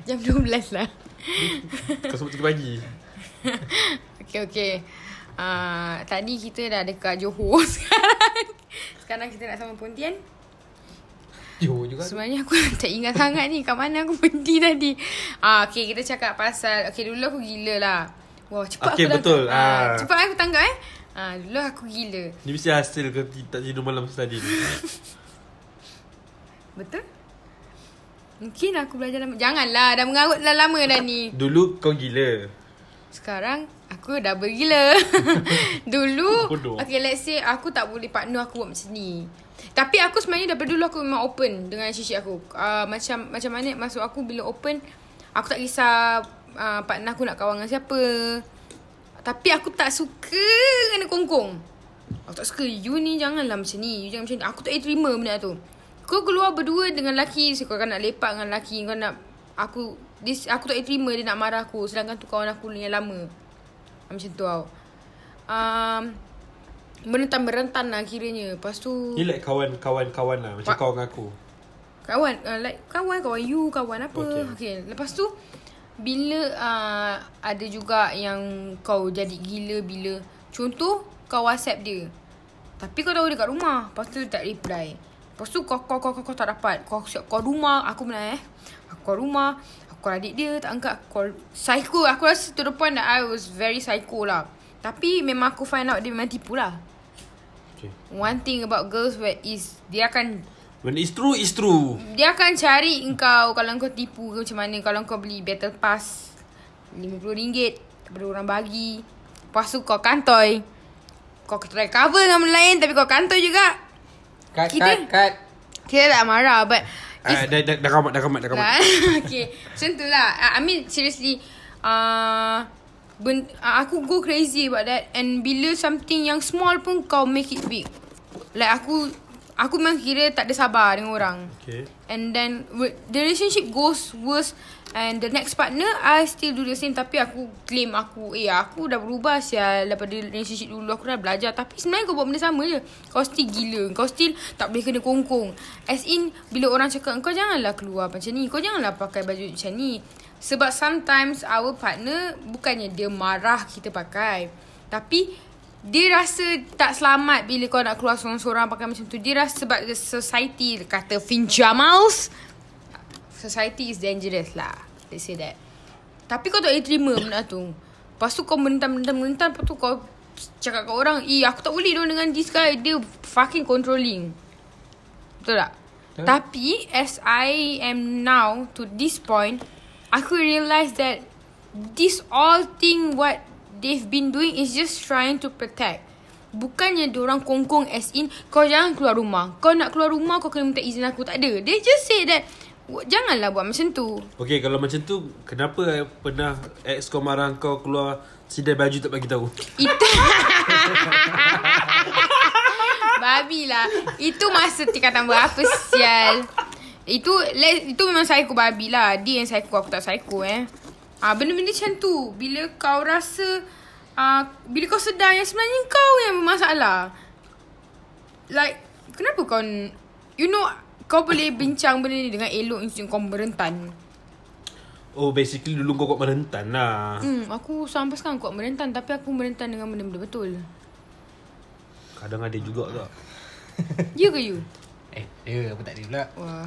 [SPEAKER 1] Jam 12 lah
[SPEAKER 2] Kau sebut 3 pagi
[SPEAKER 1] Okay okay uh, Tadi kita dah dekat Johor sekarang Sekarang kita nak sama Pontian
[SPEAKER 3] Johor juga tu.
[SPEAKER 1] Sebenarnya aku tak ingat sangat ni Kat mana aku berhenti tadi ah, Okay kita cakap pasal Okay dulu aku gila lah Wah cepat
[SPEAKER 2] Okay,
[SPEAKER 1] aku
[SPEAKER 2] betul.
[SPEAKER 1] tangkap. Ah,
[SPEAKER 2] Ah.
[SPEAKER 1] Cepat aku tangkap eh ah, Dulu aku gila
[SPEAKER 2] Ni mesti hasil Kau ti- tak tidur malam tadi ni
[SPEAKER 1] Betul? Mungkin aku belajar lama Janganlah dah mengarut dah lama dah ni
[SPEAKER 2] Dulu kau gila
[SPEAKER 1] Sekarang aku dah bergila. dulu
[SPEAKER 2] Bodoh.
[SPEAKER 1] okay let's say aku tak boleh partner aku buat macam ni. Tapi aku sebenarnya daripada dulu aku memang open dengan cici aku. Uh, macam macam mana masuk aku bila open aku tak kisah uh, partner aku nak kawan dengan siapa. Tapi aku tak suka kena kongkong. Aku tak suka You ni janganlah macam ni You jangan macam ni Aku tak boleh terima benda tu Kau keluar berdua dengan lelaki so Kau nak lepak dengan lelaki Kau nak Aku this, Aku tak boleh terima Dia nak marah aku Sedangkan tu kawan aku yang lama Macam tu tau um, Merentan-merentan lah kiranya Lepas tu
[SPEAKER 2] Ni like kawan-kawan-kawan lah Macam
[SPEAKER 1] Wak-
[SPEAKER 2] kau dengan aku
[SPEAKER 1] Kawan uh, like Kawan Kawan you Kawan apa okay.
[SPEAKER 2] Okay.
[SPEAKER 1] okay. Lepas tu Bila uh, Ada juga yang Kau jadi gila bila Contoh Kau whatsapp dia Tapi kau tahu dekat rumah Lepas tu dia tak reply Lepas tu kau kau kau kau, kau tak dapat Kau siap kau rumah Aku pernah eh Aku call rumah Aku call adik dia Tak angkat Aku call Psycho Aku rasa to the point that I was very psycho lah Tapi memang aku find out Dia memang tipu lah
[SPEAKER 2] Okay
[SPEAKER 1] One thing about girls where is Dia akan
[SPEAKER 2] When it's true, it's true
[SPEAKER 1] dia akan cari engkau kalau kau tipu ke macam mana. Kalau kau beli battle pass RM50 daripada orang bagi. Lepas tu kau kantoi. Kau try cover dengan benda lain tapi kau kantoi juga.
[SPEAKER 3] Cut,
[SPEAKER 1] Kita-
[SPEAKER 3] cut, cut.
[SPEAKER 1] Kita tak marah but
[SPEAKER 2] Ah, dah, dah, dah ramat, dah ramat, dah ramat
[SPEAKER 1] lah. okay. Macam tu lah. I, I mean seriously. Uh, ben, uh, aku go crazy about that. And bila something yang small pun kau make it big. Like aku. Aku memang kira tak ada sabar dengan orang.
[SPEAKER 2] Okay
[SPEAKER 1] And then with- the relationship goes worse and the next partner I still do the same tapi aku claim aku eh aku dah berubah sial daripada relationship dulu aku dah belajar tapi sebenarnya kau buat benda sama je. Kau still gila, kau still tak boleh kena kongkong. As in bila orang cakap kau janganlah keluar macam ni, kau janganlah pakai baju macam ni. Sebab sometimes our partner bukannya dia marah kita pakai tapi dia rasa tak selamat bila kau nak keluar seorang-seorang pakai macam tu. Dia rasa sebab the society kata Finja Mouse. Society is dangerous lah. They say that. Tapi kau tak boleh terima benda tu. Lepas tu kau menentang-menentang-menentang. Lepas tu kau cakap kat orang. Eh aku tak boleh dong dengan this guy. Dia fucking controlling. Betul tak?
[SPEAKER 3] Betul.
[SPEAKER 1] Tapi as I am now to this point, aku realise that this all thing what they've been doing is just trying to protect. Bukannya diorang kongkong as in kau jangan keluar rumah. Kau nak keluar rumah kau kena minta izin aku. Tak ada. They just say that "W- janganlah buat macam tu.
[SPEAKER 2] Okay, kalau macam tu Kenapa pernah ex kau marah kau keluar Sidai baju tak bagi tahu
[SPEAKER 1] Itu Babi lah Itu masa tingkatan berapa sial Itu le- Itu memang psycho babi lah Dia yang psycho Aku tak psycho eh Ah Benda-benda macam tu Bila kau rasa ah, Bila kau sedar yang sebenarnya kau yang bermasalah Like Kenapa kau You know Kau boleh bincang benda ni dengan elok Instant kau merentan
[SPEAKER 2] Oh, basically dulu kau kuat merentan lah
[SPEAKER 1] Hmm, aku sampai sekarang kuat merentan Tapi aku merentan dengan benda-benda betul
[SPEAKER 2] Kadang ada juga tak
[SPEAKER 1] Ya ke you?
[SPEAKER 3] Eh, dia apa tak ada pula.
[SPEAKER 1] Wah.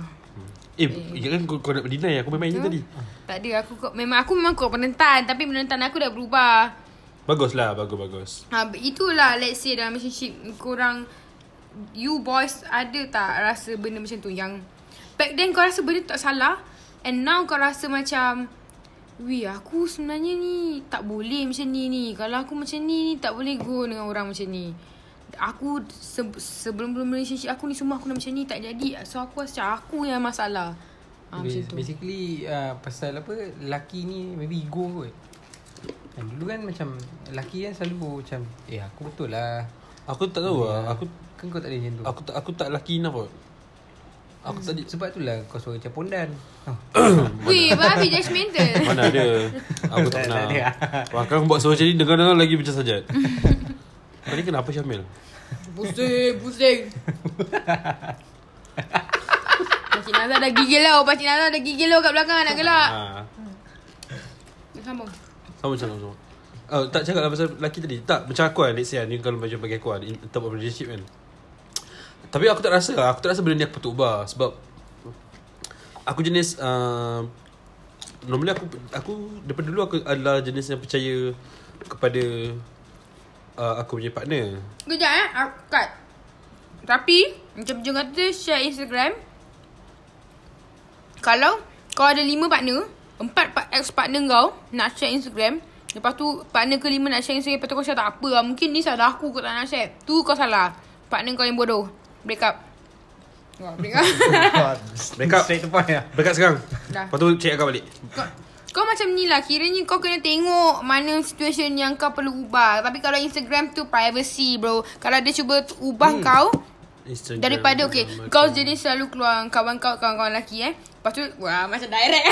[SPEAKER 2] Eh, jangan kau, kau nak berdinai Aku main-main je tadi
[SPEAKER 1] Tak ada aku kau, memang aku memang kuat penentan tapi penentan aku dah berubah.
[SPEAKER 2] Baguslah, bagus-bagus
[SPEAKER 1] Ha itulah let's say dalam relationship korang you boys ada tak rasa benda macam tu yang back then kau rasa benda tu tak salah and now kau rasa macam Weh aku sebenarnya ni tak boleh macam ni ni Kalau aku macam ni ni tak boleh go dengan orang macam ni Aku se- sebelum-belum relationship aku ni semua aku nak macam ni tak jadi So aku rasa aku yang masalah ha, Macam
[SPEAKER 3] Bas-
[SPEAKER 1] tu
[SPEAKER 3] Basically uh, pasal apa laki ni maybe ego kot. Dan dulu kan macam laki kan selalu macam eh aku betul lah.
[SPEAKER 2] Aku tak tahu lah Aku
[SPEAKER 3] Kan kau tak ada macam tu.
[SPEAKER 2] aku tak, aku tak lucky enough kot Aku tak Ah.
[SPEAKER 3] Sebab itulah kau suara macam pondan. Oh.
[SPEAKER 1] Weh babi judgemental
[SPEAKER 2] Mana ada Aku tak
[SPEAKER 3] Tak- tak
[SPEAKER 2] pernah
[SPEAKER 3] ada.
[SPEAKER 2] Wah, kau buat suara macam ni Dengar-dengar lagi macam sajat Tadi kenapa Syamil?
[SPEAKER 1] Pusing, pusing. Cik Nazar dah gigil tau. Pak Cik Nazar dah gigil tau kat belakang nak gelak.
[SPEAKER 2] Ha.
[SPEAKER 1] Sambung.
[SPEAKER 2] Sama macam sama. Oh, tak cakap lah pasal lelaki tadi. Tak, macam aku lah. Let's say lah, ni kalau macam bagi aku lah. In term of relationship kan. Tapi aku tak rasa lah. Aku tak rasa benda ni aku patut ubah. Sebab aku jenis... Uh, normally aku, aku daripada dulu aku adalah jenis yang percaya kepada uh, aku punya partner.
[SPEAKER 1] Kejap eh. Aku cut. Tapi, macam Jun kata, share Instagram. Kalau kau ada lima partner, empat part ex-partner kau nak share Instagram. Lepas tu, partner kelima nak share Instagram. Lepas tu kau share tak apa lah. Mungkin ni salah aku kau tak nak share. Tu kau salah. Partner kau yang bodoh. Break up. Wah, break up.
[SPEAKER 2] Break up.
[SPEAKER 3] Straight to point lah
[SPEAKER 2] Dekat sekarang.
[SPEAKER 1] Dah.
[SPEAKER 2] Lepas tu cek kau balik.
[SPEAKER 1] Kau- Kau macam ni lah Kiranya kau kena tengok Mana situation yang kau perlu ubah Tapi kalau Instagram tu privacy bro Kalau dia cuba tu- ubah hmm. kau
[SPEAKER 2] Instagram.
[SPEAKER 1] Daripada okay Kau jenis selalu keluar dengan Kawan kau Kawan-kawan lelaki eh Lepas tu Wah macam direct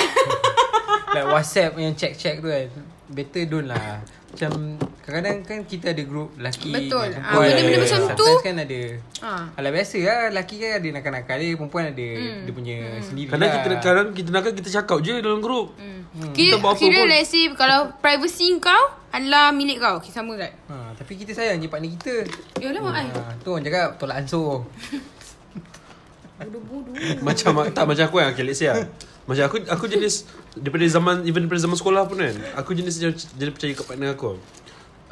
[SPEAKER 3] Like WhatsApp yang check-check tu kan Better don't lah Macam Kadang-kadang kan kita ada group Lelaki
[SPEAKER 1] Betul.
[SPEAKER 3] dengan
[SPEAKER 1] Ah,
[SPEAKER 3] perempuan.
[SPEAKER 2] benda-benda macam
[SPEAKER 1] tu-
[SPEAKER 3] Sometimes kan ada
[SPEAKER 1] ha.
[SPEAKER 3] Alah biasa lah Lelaki kan ada nakal-nakal dia Perempuan ada
[SPEAKER 1] Hmm.
[SPEAKER 3] Dia punya sendiri
[SPEAKER 2] Kadang
[SPEAKER 3] lah
[SPEAKER 2] kita kadang kita nak kita cakap je dalam grup.
[SPEAKER 1] Kira,
[SPEAKER 2] Tak buat apa
[SPEAKER 1] kira
[SPEAKER 2] pun.
[SPEAKER 1] let's say Kalau privacy kau Adalah milik kau Okay sama Eh, tak
[SPEAKER 3] ha, Tapi kita sayang je partner kita
[SPEAKER 1] Yalah mak ai
[SPEAKER 3] ha, Tu orang cakap Tolak ansur
[SPEAKER 2] Macam tak macam aku yang okay, let's say lah. Macam aku aku jenis daripada zaman even daripada zaman sekolah pun kan. Aku jenis yang jadi percaya kat partner aku.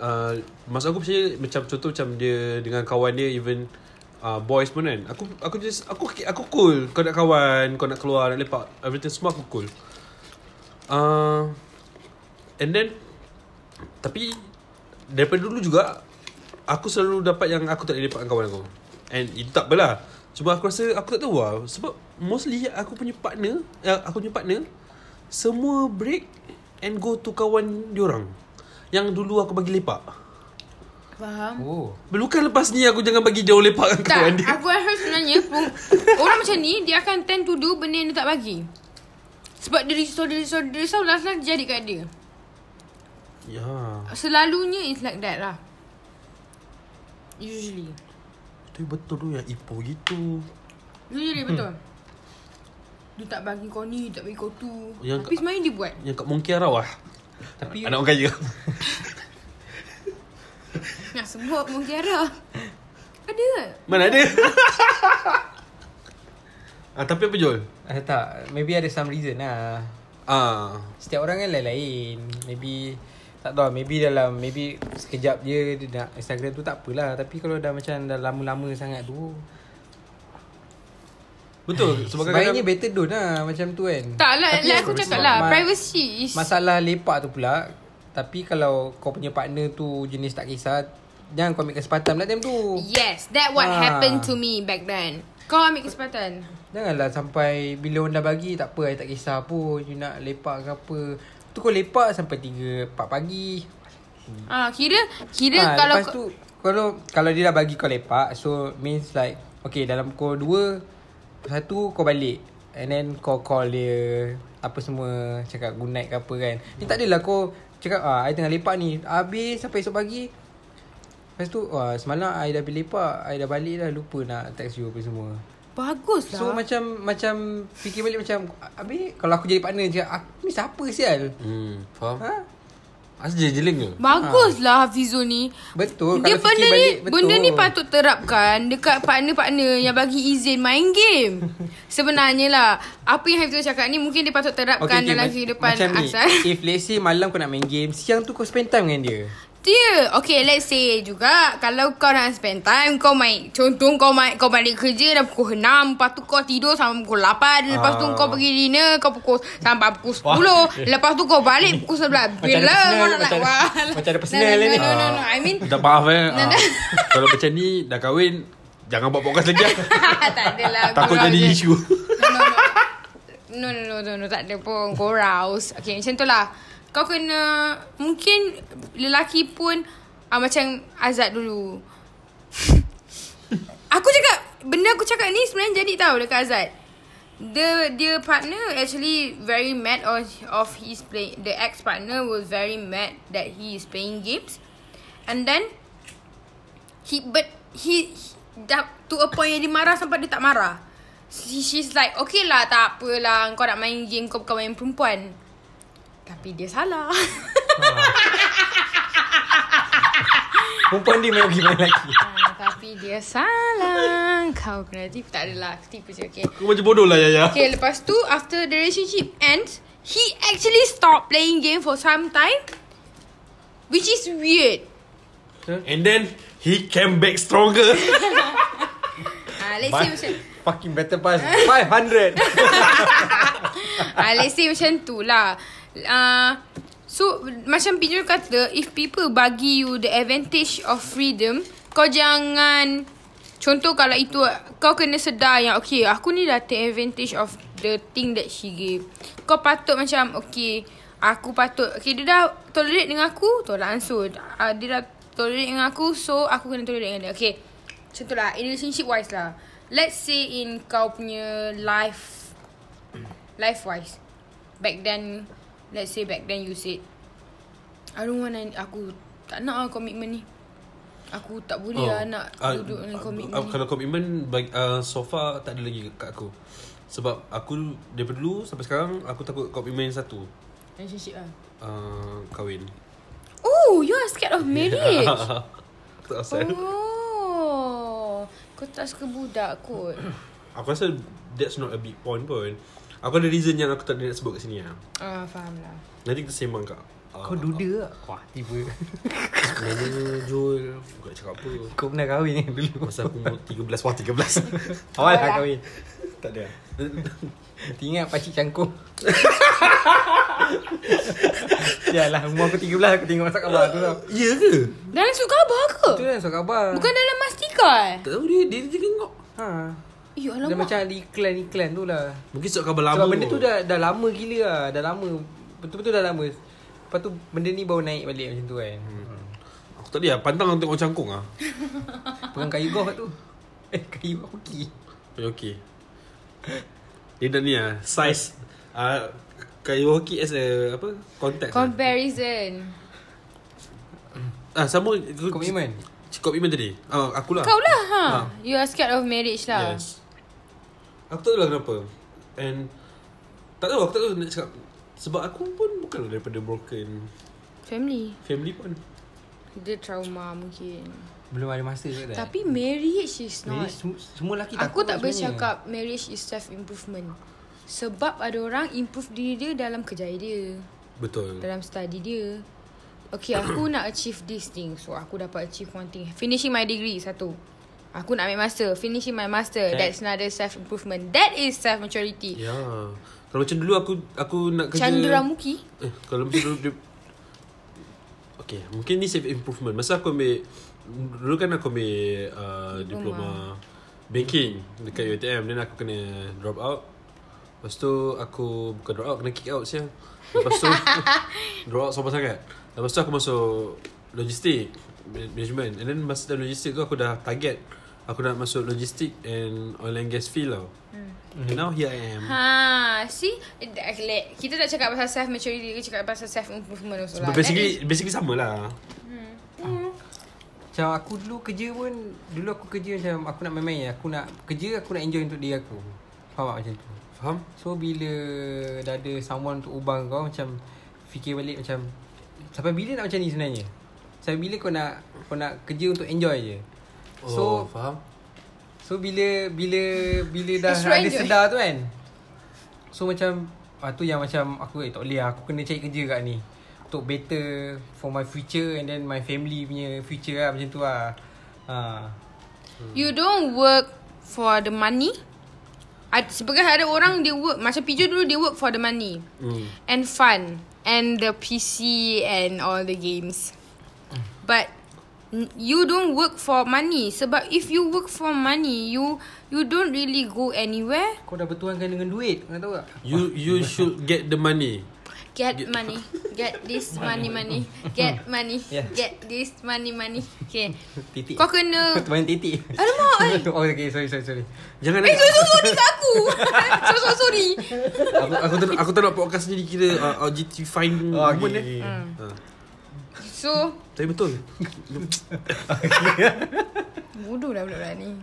[SPEAKER 2] Uh, masa aku percaya macam contoh macam dia dengan kawan dia even uh, boys pun kan. Aku aku jenis aku aku cool. Kau nak kawan, kau nak keluar, nak lepak, everything semua aku cool. Uh, and then tapi daripada dulu juga aku selalu dapat yang aku tak boleh dapat dengan kawan aku. And itu tak apalah. Cuma aku rasa aku tak tahu lah sebab mostly aku punya partner uh, aku punya partner semua break and go to kawan diorang. Yang dulu aku bagi lepak.
[SPEAKER 1] Faham
[SPEAKER 3] Oh
[SPEAKER 2] Bukan lepas ni aku jangan bagi dia lepak dengan kawan
[SPEAKER 1] Tak,
[SPEAKER 2] dia.
[SPEAKER 1] aku rasa sebenarnya pun, Orang macam ni Dia akan tend to do Benda yang dia tak bagi Sebab dia risau Dia risau Dia risau last-last jadi kat dia
[SPEAKER 2] Ya.
[SPEAKER 1] Selalunya is like that lah Usually
[SPEAKER 2] Itu betul tu yang ipo gitu.
[SPEAKER 1] Usually betul Dia tak bagi kau ni Tak bagi kau tu Tapi
[SPEAKER 2] Yang kat-
[SPEAKER 1] sebenarnya dia buat
[SPEAKER 2] Yang kat Mongkiara lah.
[SPEAKER 3] Tapi
[SPEAKER 2] Anak orang kaya.
[SPEAKER 1] Nak sebut mungkin arah Ada ke?
[SPEAKER 2] Mana ada? ah, tapi apa Jol?
[SPEAKER 3] ah, Tak Maybe ada some reason lah
[SPEAKER 2] Ah,
[SPEAKER 3] Setiap orang kan lain-lain Maybe Tak tahu lah, Maybe dalam Maybe sekejap je Dia nak Instagram tu tak apalah Tapi kalau dah macam Dah lama-lama sangat tu
[SPEAKER 2] betul sebab
[SPEAKER 3] Sebaiknya better don't lah Macam tu kan
[SPEAKER 1] Tak lah
[SPEAKER 3] Tapi
[SPEAKER 1] like Aku cakap lah
[SPEAKER 3] ma-
[SPEAKER 1] Privacy is
[SPEAKER 3] Masalah lepak tu pula Tapi kalau Kau punya partner tu Jenis tak kisah Jangan kau ambil kesempatan pula time tu
[SPEAKER 1] Yes That what
[SPEAKER 3] Ah.
[SPEAKER 1] happened to me Back then Kau ambil kesempatan
[SPEAKER 3] Janganlah sampai Bila orang dah bagi Tak apa I tak kisah pun You nak lepak ke apa Tu kau lepak sampai 3 4 pagi
[SPEAKER 1] Ah, kira kira
[SPEAKER 3] Hmm. Ah,
[SPEAKER 1] kalau
[SPEAKER 3] lepas tu kalau kalau dia dah bagi kau lepak so means like okay dalam pukul 2 satu kau balik and then kau call dia apa semua cakap good night ke apa kan ni tak adalah kau cakap ah I tengah lepak ni habis sampai esok pagi Lepas tu wah, Semalam I dah pergi lepak I dah balik dah Lupa nak text you apa semua
[SPEAKER 1] bagus lah.
[SPEAKER 3] So macam Macam Fikir balik macam Habis Kalau aku jadi partner je Aku ni siapa sial
[SPEAKER 2] Hmm, faham? Ha?
[SPEAKER 3] Ha?
[SPEAKER 2] Asal jeling ke?
[SPEAKER 1] Bagus
[SPEAKER 3] Ah.
[SPEAKER 1] lah Hafizul ni
[SPEAKER 3] Betul
[SPEAKER 1] Dia
[SPEAKER 3] Oh, kalau fikir
[SPEAKER 1] benda ni
[SPEAKER 3] balik, betul.
[SPEAKER 1] Benda ni patut terapkan Dekat partner-partner Yang bagi izin main game Sebenarnya lah Apa yang Hafizul cakap ni Mungkin dia patut terapkan okay, okay, Dalam
[SPEAKER 3] ma-
[SPEAKER 1] kehidupan
[SPEAKER 3] macam ni,
[SPEAKER 1] asal
[SPEAKER 3] If let's say malam kau nak main game Siang tu kau spend time dengan dia
[SPEAKER 1] Dia Okay Ya, let's say juga Kalau kau nak spend time Kau main Contoh kau main Kau balik kerja Dah pukul 6 Lepas tu kau tidur Sampai pukul 8 Lepas tu
[SPEAKER 2] Ah.
[SPEAKER 1] kau pergi dinner Kau pukul Sampai pukul 10 Lepas tu kau balik Pukul 11 Bila kau nak
[SPEAKER 3] macam ada-
[SPEAKER 1] Wah.
[SPEAKER 3] macam ada personal
[SPEAKER 1] no, no,
[SPEAKER 3] ni.
[SPEAKER 1] no, no, no, no I mean
[SPEAKER 2] Minta maaf eh.
[SPEAKER 1] Nah,
[SPEAKER 2] Ah,
[SPEAKER 1] dah.
[SPEAKER 2] kalau macam ni dah kahwin jangan buat podcast lagi. ah.
[SPEAKER 1] tak lah, adalah
[SPEAKER 2] Takut
[SPEAKER 1] gurau
[SPEAKER 2] jadi
[SPEAKER 1] je.
[SPEAKER 2] isu.
[SPEAKER 1] No, no, no. No, no, no, no, no. Tak ada pun. Goraus. Okay, macam tu lah. Kau kena... Mungkin lelaki pun... Uh, macam Azad dulu. aku cakap... Benda aku cakap ni sebenarnya jadi tau dekat Azad. The the partner actually very mad of of his play the ex partner was very mad that he is playing games, and then he but he, he dah, to a point yang dia marah sampai dia tak marah. she, She's like Okay lah tak apalah Kau nak main game Kau bukan main perempuan Tapi dia salah
[SPEAKER 3] Perempuan dia main pergi main lelaki
[SPEAKER 1] ah, Tapi dia salah Kau kena tipu Tak adalah aku Tipu je okay
[SPEAKER 2] Kau macam bodoh lah Yaya
[SPEAKER 1] Okay lepas tu After the relationship ends He actually stopped playing game for some time Which is weird
[SPEAKER 2] And then He came back stronger
[SPEAKER 1] Ah, Let's say
[SPEAKER 3] Ba-
[SPEAKER 1] macam
[SPEAKER 3] Fucking better pass 500
[SPEAKER 1] Ah, let's say macam tu lah. Uh, so, macam Pinjol kata, if people bagi you the advantage of freedom, kau jangan... Contoh kalau itu, kau kena sedar yang, okay, aku ni dah take advantage of the thing that she gave. Kau patut macam, okay, aku patut... Okay, dia dah tolerate dengan aku, tolak ansur. Uh, dia dah tolerate dengan aku, so aku kena tolerate dengan dia. Okay, macam tu lah. In relationship wise lah. Let's say in kau punya life life wise back then let's say back then you said I don't want any, aku tak nak lah komitmen ni aku tak boleh lah nak
[SPEAKER 2] Ah,
[SPEAKER 1] duduk dengan
[SPEAKER 2] ah,
[SPEAKER 1] komitmen
[SPEAKER 2] ah,
[SPEAKER 1] ni
[SPEAKER 2] Kalau komitmen bagi, uh, So far tak ada lagi kat aku Sebab aku Daripada dulu sampai sekarang Aku takut komitmen satu
[SPEAKER 1] relationship lah
[SPEAKER 2] uh, Kahwin
[SPEAKER 1] oh you are scared of marriage
[SPEAKER 2] Aku tak rasa
[SPEAKER 1] oh kau tak suka budak kot
[SPEAKER 2] Aku rasa That's not a big point pun Aku ada reason yang aku tak nak sebut kat sini lah
[SPEAKER 1] ah faham lah
[SPEAKER 2] Nanti kita sembang Ah, kat
[SPEAKER 3] Kau duda tak? Wah tiba
[SPEAKER 2] Mana Jul Aku nak cakap apa
[SPEAKER 3] Kau pernah kahwin ni dulu
[SPEAKER 2] Masa aku umur 13 Wah 13
[SPEAKER 3] Awal lah kahwin
[SPEAKER 2] Tak
[SPEAKER 3] lah.
[SPEAKER 2] ada
[SPEAKER 3] Ingat pakcik cangkung Yalah lah, umur aku 13 aku tengok masak khabar tu tau
[SPEAKER 2] Ya ke?
[SPEAKER 1] dalam suka khabar ke?
[SPEAKER 3] Tu kan surat khabar
[SPEAKER 1] bukan dalam mastika eh?
[SPEAKER 2] Tak tahu dia Dia dia tengok
[SPEAKER 3] Ha
[SPEAKER 1] Eh,
[SPEAKER 3] Dia
[SPEAKER 1] alamak
[SPEAKER 3] macam ada iklan-iklan tu lah
[SPEAKER 2] Mungkin surat khabar lama
[SPEAKER 3] Sebab benda tu dah, dah lama gila lah Dah lama Betul-betul dah lama Lepas tu benda ni baru naik balik macam tu kan hmm.
[SPEAKER 2] Aku tak ada lah Pantang aku tengok cangkung lah
[SPEAKER 3] Pegang kayu golf kat tu Eh kayu hoki
[SPEAKER 2] Okey Dia dah ni lah Size uh, Kayu hoki as a Apa Contact lah.
[SPEAKER 1] comparison
[SPEAKER 2] Ah sama aku-
[SPEAKER 3] Komitmen
[SPEAKER 2] c- Komitmen tadi ah, Aku lah
[SPEAKER 1] kau lah ha? you are scared of marriage lah
[SPEAKER 2] Yes Aku tak tahu lah kenapa And Tak tahu aku tak tahu nak cakap Sebab aku pun bukan daripada broken
[SPEAKER 1] family
[SPEAKER 2] Family pun
[SPEAKER 1] dia trauma mungkin
[SPEAKER 3] Belum ada masa ke dah
[SPEAKER 1] Tapi marriage is not.
[SPEAKER 3] Marriage, sem- Semua lelaki
[SPEAKER 1] Aku tak boleh
[SPEAKER 3] sebenarnya.
[SPEAKER 1] cakap marriage is self improvement. Sebab ada orang improve diri dia dalam kerjaya dia,
[SPEAKER 2] Betul
[SPEAKER 1] dalam study dia. Okay, aku nak achieve this thing. So aku dapat achieve one thing. Finishing my degree satu. Aku nak ambil master, finishing my master.
[SPEAKER 3] That-
[SPEAKER 1] That's another self improvement. That is self maturity.
[SPEAKER 2] Ya Kalau macam dulu aku Aku nak kerja
[SPEAKER 1] Chandramuki.
[SPEAKER 2] Eh, kalau macam dulu dia... Okay, mungkin ni self improvement. Masa aku ambil dulu kan aku ambil uh, diploma banking dekat UTM then aku kena drop out. Lepas tu aku bukan drop out kena kick out siang. Lepas tu drop out sopan sangat. Lepas tu aku masuk logistik man- management and then masa dalam logistik tu aku dah target aku nak masuk logistik and oil and gas field tau. And now here I am.
[SPEAKER 1] Ha, see? Dah- like, Kita tak cakap pasal self maturity, kita cakap pasal self improvement also lah.
[SPEAKER 2] But basically basically sama lah.
[SPEAKER 3] Macam aku dulu kerja pun Dulu aku kerja macam Aku nak main-main Aku nak kerja Aku nak enjoy untuk diri aku Faham tak macam tu
[SPEAKER 2] Faham?
[SPEAKER 3] So bila Dah ada someone untuk ubang kau Macam Fikir balik macam Sampai bila nak macam ni sebenarnya Sampai bila kau nak Kau nak kerja untuk enjoy je
[SPEAKER 2] Oh,
[SPEAKER 3] So
[SPEAKER 2] faham.
[SPEAKER 3] So bila Bila Bila dah
[SPEAKER 1] Extra
[SPEAKER 3] ada
[SPEAKER 1] enjoy.
[SPEAKER 3] sedar tu kan So macam ah, Tu yang macam Aku eh tak boleh lah. Aku kena cari kerja kat ni Untuk better For my future And then my family punya future lah Macam tu lah ha.
[SPEAKER 1] You don't work for the money. Ad, sebagai ada orang dia work macam Pijo dulu dia work for the money
[SPEAKER 2] Hmm.
[SPEAKER 1] and fun and the PC and all the games. But n- you don't work for money sebab if you work for money you you don't really go anywhere.
[SPEAKER 3] Kau dah bertuankan dengan duit Kau tahu tak
[SPEAKER 2] You you should get the money.
[SPEAKER 1] Get money. Get this money money. Get money.
[SPEAKER 3] Yeah.
[SPEAKER 1] Get this money money. Okay.
[SPEAKER 3] Titik
[SPEAKER 1] Kau kena
[SPEAKER 3] Kau main titik
[SPEAKER 1] Alamak, eh.
[SPEAKER 3] Oh okay sorry sorry sorry
[SPEAKER 2] Jangan
[SPEAKER 1] Eh, so so sorry kat aku. so so sorry.
[SPEAKER 2] aku aku tak, aku tak nak podcast ni dikira uh, LGBT fine
[SPEAKER 3] Oh,
[SPEAKER 2] woman
[SPEAKER 3] okay,
[SPEAKER 2] eh.
[SPEAKER 3] okay.
[SPEAKER 1] Hmm.
[SPEAKER 2] Ha.
[SPEAKER 1] So
[SPEAKER 2] Tapi betul.
[SPEAKER 1] Bodoh lah budak-budak ni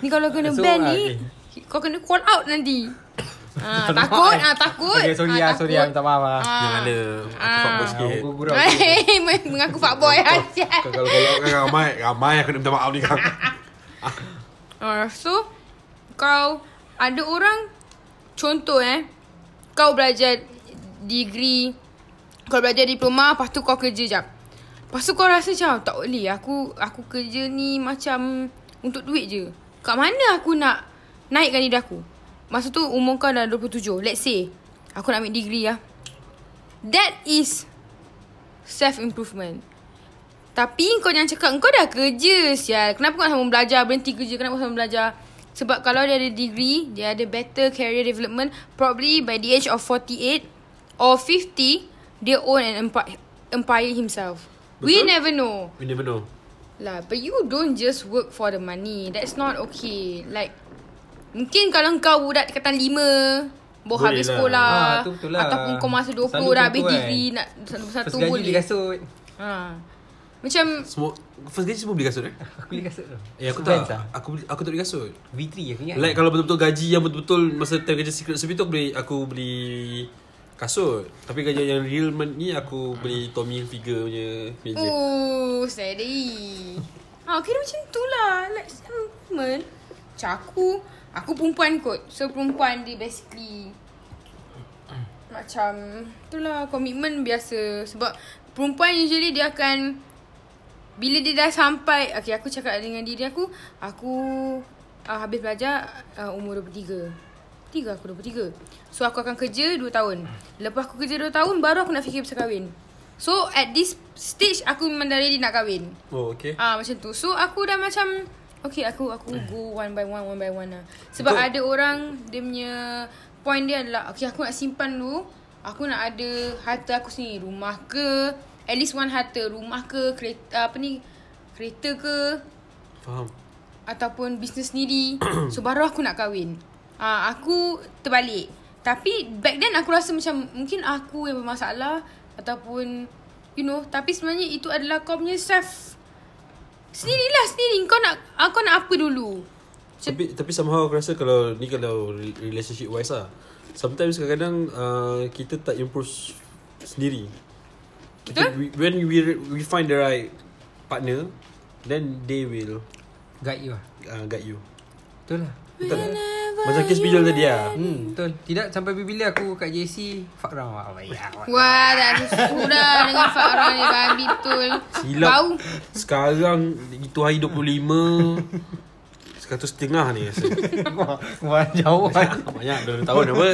[SPEAKER 1] Ni kalau kena so,
[SPEAKER 3] So,
[SPEAKER 1] ban
[SPEAKER 3] ah,
[SPEAKER 1] ni
[SPEAKER 3] okay.
[SPEAKER 1] Kau kena call out nanti ha,
[SPEAKER 3] Alamak.
[SPEAKER 1] Takut ah, Takut
[SPEAKER 3] eh? Okay, sorry
[SPEAKER 1] Ah,
[SPEAKER 3] lah, sorry lah.
[SPEAKER 1] takut.
[SPEAKER 3] Minta maaf lah.
[SPEAKER 1] Ah.
[SPEAKER 2] Jangan ada Aku
[SPEAKER 1] Ah.
[SPEAKER 2] fuckboy
[SPEAKER 3] Ah,
[SPEAKER 2] sikit
[SPEAKER 3] gurau-gurau.
[SPEAKER 1] Hei, Mengaku fuckboy Asyik
[SPEAKER 2] Kau kalau kalau kau ramai Ramai aku nak minta maaf ni kang
[SPEAKER 1] Ah, so kau ada orang contoh eh kau belajar degree kau belajar diploma lepas tu kau kerja jap. Lepas tu kau rasa macam tak boleh aku aku kerja ni macam untuk duit je. Kat mana aku nak naikkan diri aku? Masa tu umur kau dah 27. Let's say aku nak ambil degree lah. That is self improvement. Tapi kau jangan cakap kau dah kerja sial. Kenapa kau nak sambung belajar, berhenti kerja, kenapa kau sambung belajar? Sebab kalau dia ada degree, dia ada better career development, probably by the age of 48 or 50, dia own an empire, empire himself. Betul? We
[SPEAKER 2] Betul.
[SPEAKER 1] never know.
[SPEAKER 2] We never know
[SPEAKER 1] Lah, but you don't just work for the money. That's not okay. Like, mungkin kalau kau budak tingkatan 5, baru
[SPEAKER 2] Boleh
[SPEAKER 1] habis
[SPEAKER 2] lah.
[SPEAKER 1] sekolah.
[SPEAKER 3] Ah, tu betul lah.
[SPEAKER 1] Ataupun kau masa 20
[SPEAKER 3] Selalu
[SPEAKER 1] dah habis
[SPEAKER 3] macam tu kan.
[SPEAKER 1] degree, nak
[SPEAKER 3] First
[SPEAKER 1] satu
[SPEAKER 3] gaji
[SPEAKER 1] boleh.
[SPEAKER 3] beli kasut.
[SPEAKER 1] Ha. Macam
[SPEAKER 2] Semua First gaji semua beli kasut eh
[SPEAKER 3] Aku beli kasut tu.
[SPEAKER 2] Eh aku
[SPEAKER 3] Vans
[SPEAKER 2] tak
[SPEAKER 3] lah.
[SPEAKER 2] Aku beli- aku tak beli kasut
[SPEAKER 3] V3 aku ingat.
[SPEAKER 2] Like kalau betul-betul gaji yang betul-betul Masa time kerja secret service tu aku beli Aku beli kasut Tapi gaji yang real man ni Aku beli Tommy Hilfiger punya meja
[SPEAKER 1] Oh, steady. Ha, kira macam tu lah. Like, woman. Macam aku, aku perempuan kot. So, perempuan dia basically macam tu lah komitmen biasa. Sebab perempuan usually dia akan bila dia dah sampai Okay aku cakap dengan diri aku Aku uh, Habis belajar uh, Umur 23 Tiga aku 23 So aku akan kerja 2 tahun Lepas aku kerja 2 tahun Baru aku nak fikir pasal kahwin So at this stage Aku memang dah ready nak kahwin
[SPEAKER 2] Oh okay
[SPEAKER 1] Ah macam tu So aku dah macam Okay aku aku go one by one One by one lah Sebab ada
[SPEAKER 2] Betul.
[SPEAKER 1] orang Dia punya Point dia adalah Okay aku nak simpan dulu Aku nak ada Harta aku sendiri Rumah ke At least one harta Rumah ke kereta, Apa ni Kereta ke
[SPEAKER 2] Faham
[SPEAKER 1] Ataupun bisnes sendiri So baru aku nak kahwin Ah Aku terbalik Tapi back then aku rasa macam Mungkin aku yang bermasalah Ataupun You know Tapi sebenarnya itu adalah kau punya self Sendirilah sendiri Kau nak ah, Kau nak apa dulu Macam-
[SPEAKER 2] Tapi tapi somehow aku rasa kalau ni kalau re- relationship wise lah sometimes kadang-kadang uh, kita tak improve s- sendiri. Kita, we, when we re- we find the right partner then they will
[SPEAKER 3] Guide you lah.
[SPEAKER 2] uh, guide you.
[SPEAKER 3] Betul lah.
[SPEAKER 2] Betul tak? Macam kes bijal tadi lah.
[SPEAKER 3] Hmm, betul. Tidak sampai bila aku kat JC Fakram lah. Oh, ya.
[SPEAKER 1] Wah dah ada surah Dengan Farah ni babi betul
[SPEAKER 2] Silap.
[SPEAKER 1] Bau
[SPEAKER 2] Sekarang itu hari 25 Seratus setengah ni rasa
[SPEAKER 3] Wah, wah, jauh.
[SPEAKER 2] Banyak dah 2 tahun apa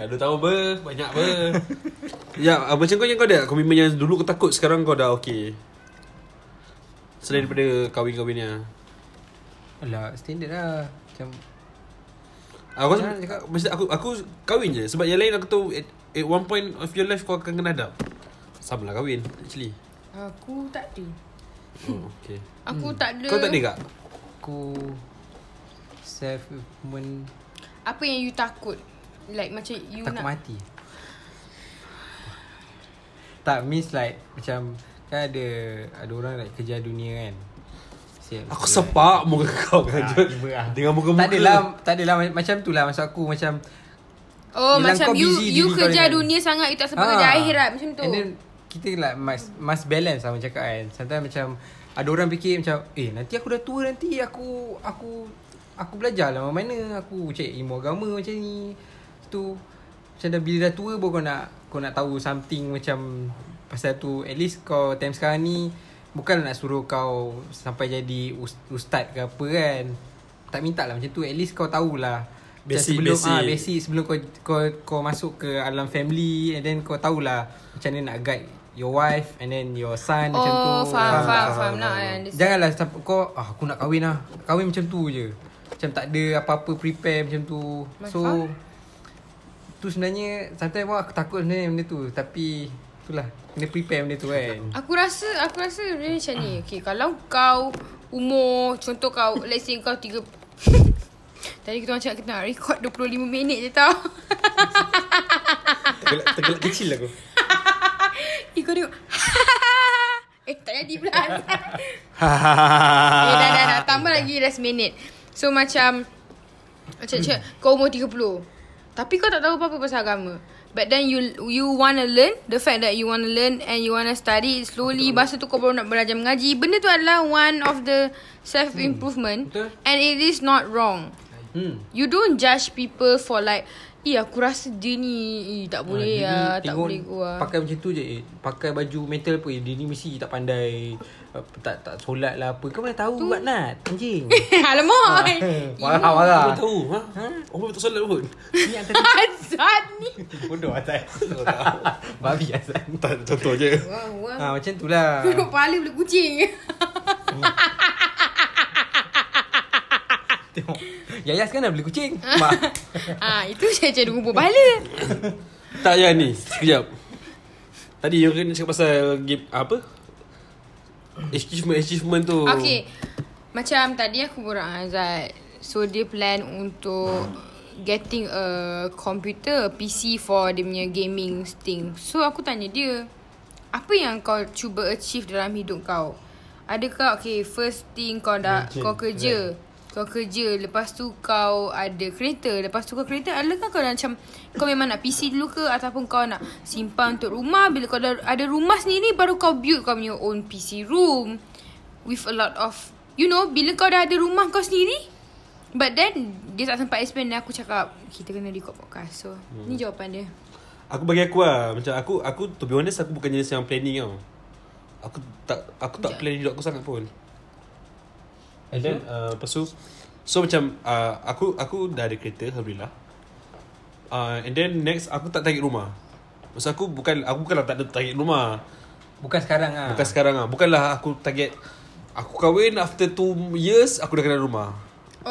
[SPEAKER 2] Dah 2 tahun apa Banyak apa Ya uh, macam kau yang kau ada Komitmen yang dulu kau takut Sekarang kau dah okay Selain daripada kahwin-kahwinnya
[SPEAKER 3] Alah, standard lah. Macam
[SPEAKER 2] Aku rasa mesti aku aku kahwin je sebab yang lain aku tahu at, at one point of your life kau akan kena hadap. Sama lah kahwin actually.
[SPEAKER 1] Aku tak ada
[SPEAKER 2] Oh, okay.
[SPEAKER 1] Aku tak ada
[SPEAKER 2] Kau tak ada kak?
[SPEAKER 3] aku self improvement
[SPEAKER 1] Apa yang you takut Like macam you
[SPEAKER 3] takut
[SPEAKER 1] nak
[SPEAKER 3] mati. Tak means like macam kan ada ada orang nak kejar dunia kan. Siap,
[SPEAKER 2] Aku
[SPEAKER 3] betul lah.
[SPEAKER 2] sepak muka kau kan.
[SPEAKER 3] Ah, tiba lah.
[SPEAKER 2] Dengan muka-muka.
[SPEAKER 3] Tak adalah tak adalah ma- macam tu lah maksud aku macam
[SPEAKER 1] Oh
[SPEAKER 3] Yelah,
[SPEAKER 1] macam
[SPEAKER 3] kau
[SPEAKER 1] you
[SPEAKER 3] busy
[SPEAKER 1] You
[SPEAKER 3] diri kau
[SPEAKER 1] kerja
[SPEAKER 3] dengan-
[SPEAKER 1] dunia sangat You tak sempat kerja akhirat lah, Macam tu
[SPEAKER 3] ah, And then kita like must, must balance lah macam cakap kan. Sometimes macam ada orang fikir macam eh nanti aku dah tua nanti aku aku aku belajar lah mana aku cek ilmu agama macam ni. Lepas Tu macam dah bila dah tua baru kau nak kau nak tahu something macam pasal tu at least kau time sekarang ni bukan nak suruh kau sampai jadi us- ustaz ke apa kan. Tak minta lah macam tu at least kau tahulah Macam
[SPEAKER 2] Basic,
[SPEAKER 3] sebelum
[SPEAKER 2] basic.
[SPEAKER 3] ah basic basic sebelum kau kau kau masuk ke alam family and then kau tahulah macam mana nak guide your wife and then your son macam tu.
[SPEAKER 1] Oh faham
[SPEAKER 3] tak?
[SPEAKER 1] faham faham nak I understand.
[SPEAKER 3] Janganlah sampai kau ah, aku nak kahwin lah. Kahwin macam tu je. Macam tak ada apa-apa prepare macam tu. So
[SPEAKER 1] Faham.
[SPEAKER 3] tu sebenarnya sometimes wah, aku takut sebenarnya benda tu tapi itulah kena prepare benda tu kan.
[SPEAKER 1] Aku rasa aku rasa dia macam ni. Okay, kalau kau umur contoh kau let's say kau tiga Tadi kita orang cakap kita nak record 25 minit je tau.
[SPEAKER 2] Tergelak, tergelak kecil aku.
[SPEAKER 1] Eh kau tengok. eh tak jadi pula.
[SPEAKER 3] Ah.
[SPEAKER 1] eh dah dah dah tambah lagi dah seminit. So macam Cik, cik, kau umur 30. Tapi kau tak tahu apa-apa pasal agama. But then you you want to learn. The fact that you want to learn and you want to study it slowly. Masa tu kau baru nak belajar mengaji. Benda tu adalah one of the self-improvement.
[SPEAKER 3] Hmm. Betul.
[SPEAKER 1] And it is not wrong.
[SPEAKER 3] Hmm.
[SPEAKER 1] You don't judge people for like, Eh aku rasa dia ni eh, tak boleh lah. Tak
[SPEAKER 3] Ah, dia ni tengok
[SPEAKER 1] boleh gua.
[SPEAKER 3] Pakai macam tu je eh. Pakai baju metal apa eh. Dia ni mesti tak pandai apa, tak tak solat lah apa. Kau mana tahu buat nat. Anjing. Ah,
[SPEAKER 1] Alamak.
[SPEAKER 3] Marah marah.
[SPEAKER 2] Kau tahu ha? Orang tak solat pun
[SPEAKER 3] Ni antara
[SPEAKER 1] Azad ni.
[SPEAKER 3] bodoh asal. Babi asal.
[SPEAKER 2] Tak contoh je
[SPEAKER 1] Wah, wah.
[SPEAKER 3] Ha macam tu lah.
[SPEAKER 1] Duduk kepala boleh kucing.
[SPEAKER 3] Tengok. Yaya sekarang dah beli kucing. Mak.
[SPEAKER 1] ah, itu saya jadi kubur bala.
[SPEAKER 2] Tak ya ni Sekejap Tadi you kena cakap pasal game, Apa Achievement-achievement tu
[SPEAKER 1] Okay. Macam tadi aku borak dengan Azad. So dia plan untuk getting a computer, PC for dia punya gaming thing. So aku tanya dia, apa yang kau cuba achieve dalam hidup kau? Adakah okay first thing kau dah kerja.
[SPEAKER 3] Kerja.
[SPEAKER 1] kau kerja.
[SPEAKER 2] Kan.
[SPEAKER 1] Kau kerja Lepas tu kau ada kereta Lepas tu kau kereta Adakah kau dah macam Kau memang nak PC dulu ke Ataupun kau nak simpan untuk rumah Bila kau dah ada rumah sendiri Baru kau build kau punya own PC room With a lot of You know Bila kau dah ada rumah kau sendiri But then Dia tak sempat explain Dan aku cakap Kita kena record podcast So hmm. Ni jawapan dia
[SPEAKER 2] Aku bagi aku lah Macam aku Aku to be honest Aku bukan jenis yang planning tau Aku tak Aku tak plan hidup aku sangat pun And then uh, Lepas tu So macam uh, Aku aku dah ada kereta Alhamdulillah uh, And then next Aku tak target rumah Maksud aku bukan Aku bukanlah tak ada target rumah
[SPEAKER 3] Bukan sekarang ah.
[SPEAKER 2] Bukan sekarang lah Bukanlah aku target Aku kahwin after 2 years Aku dah kena rumah
[SPEAKER 1] Oh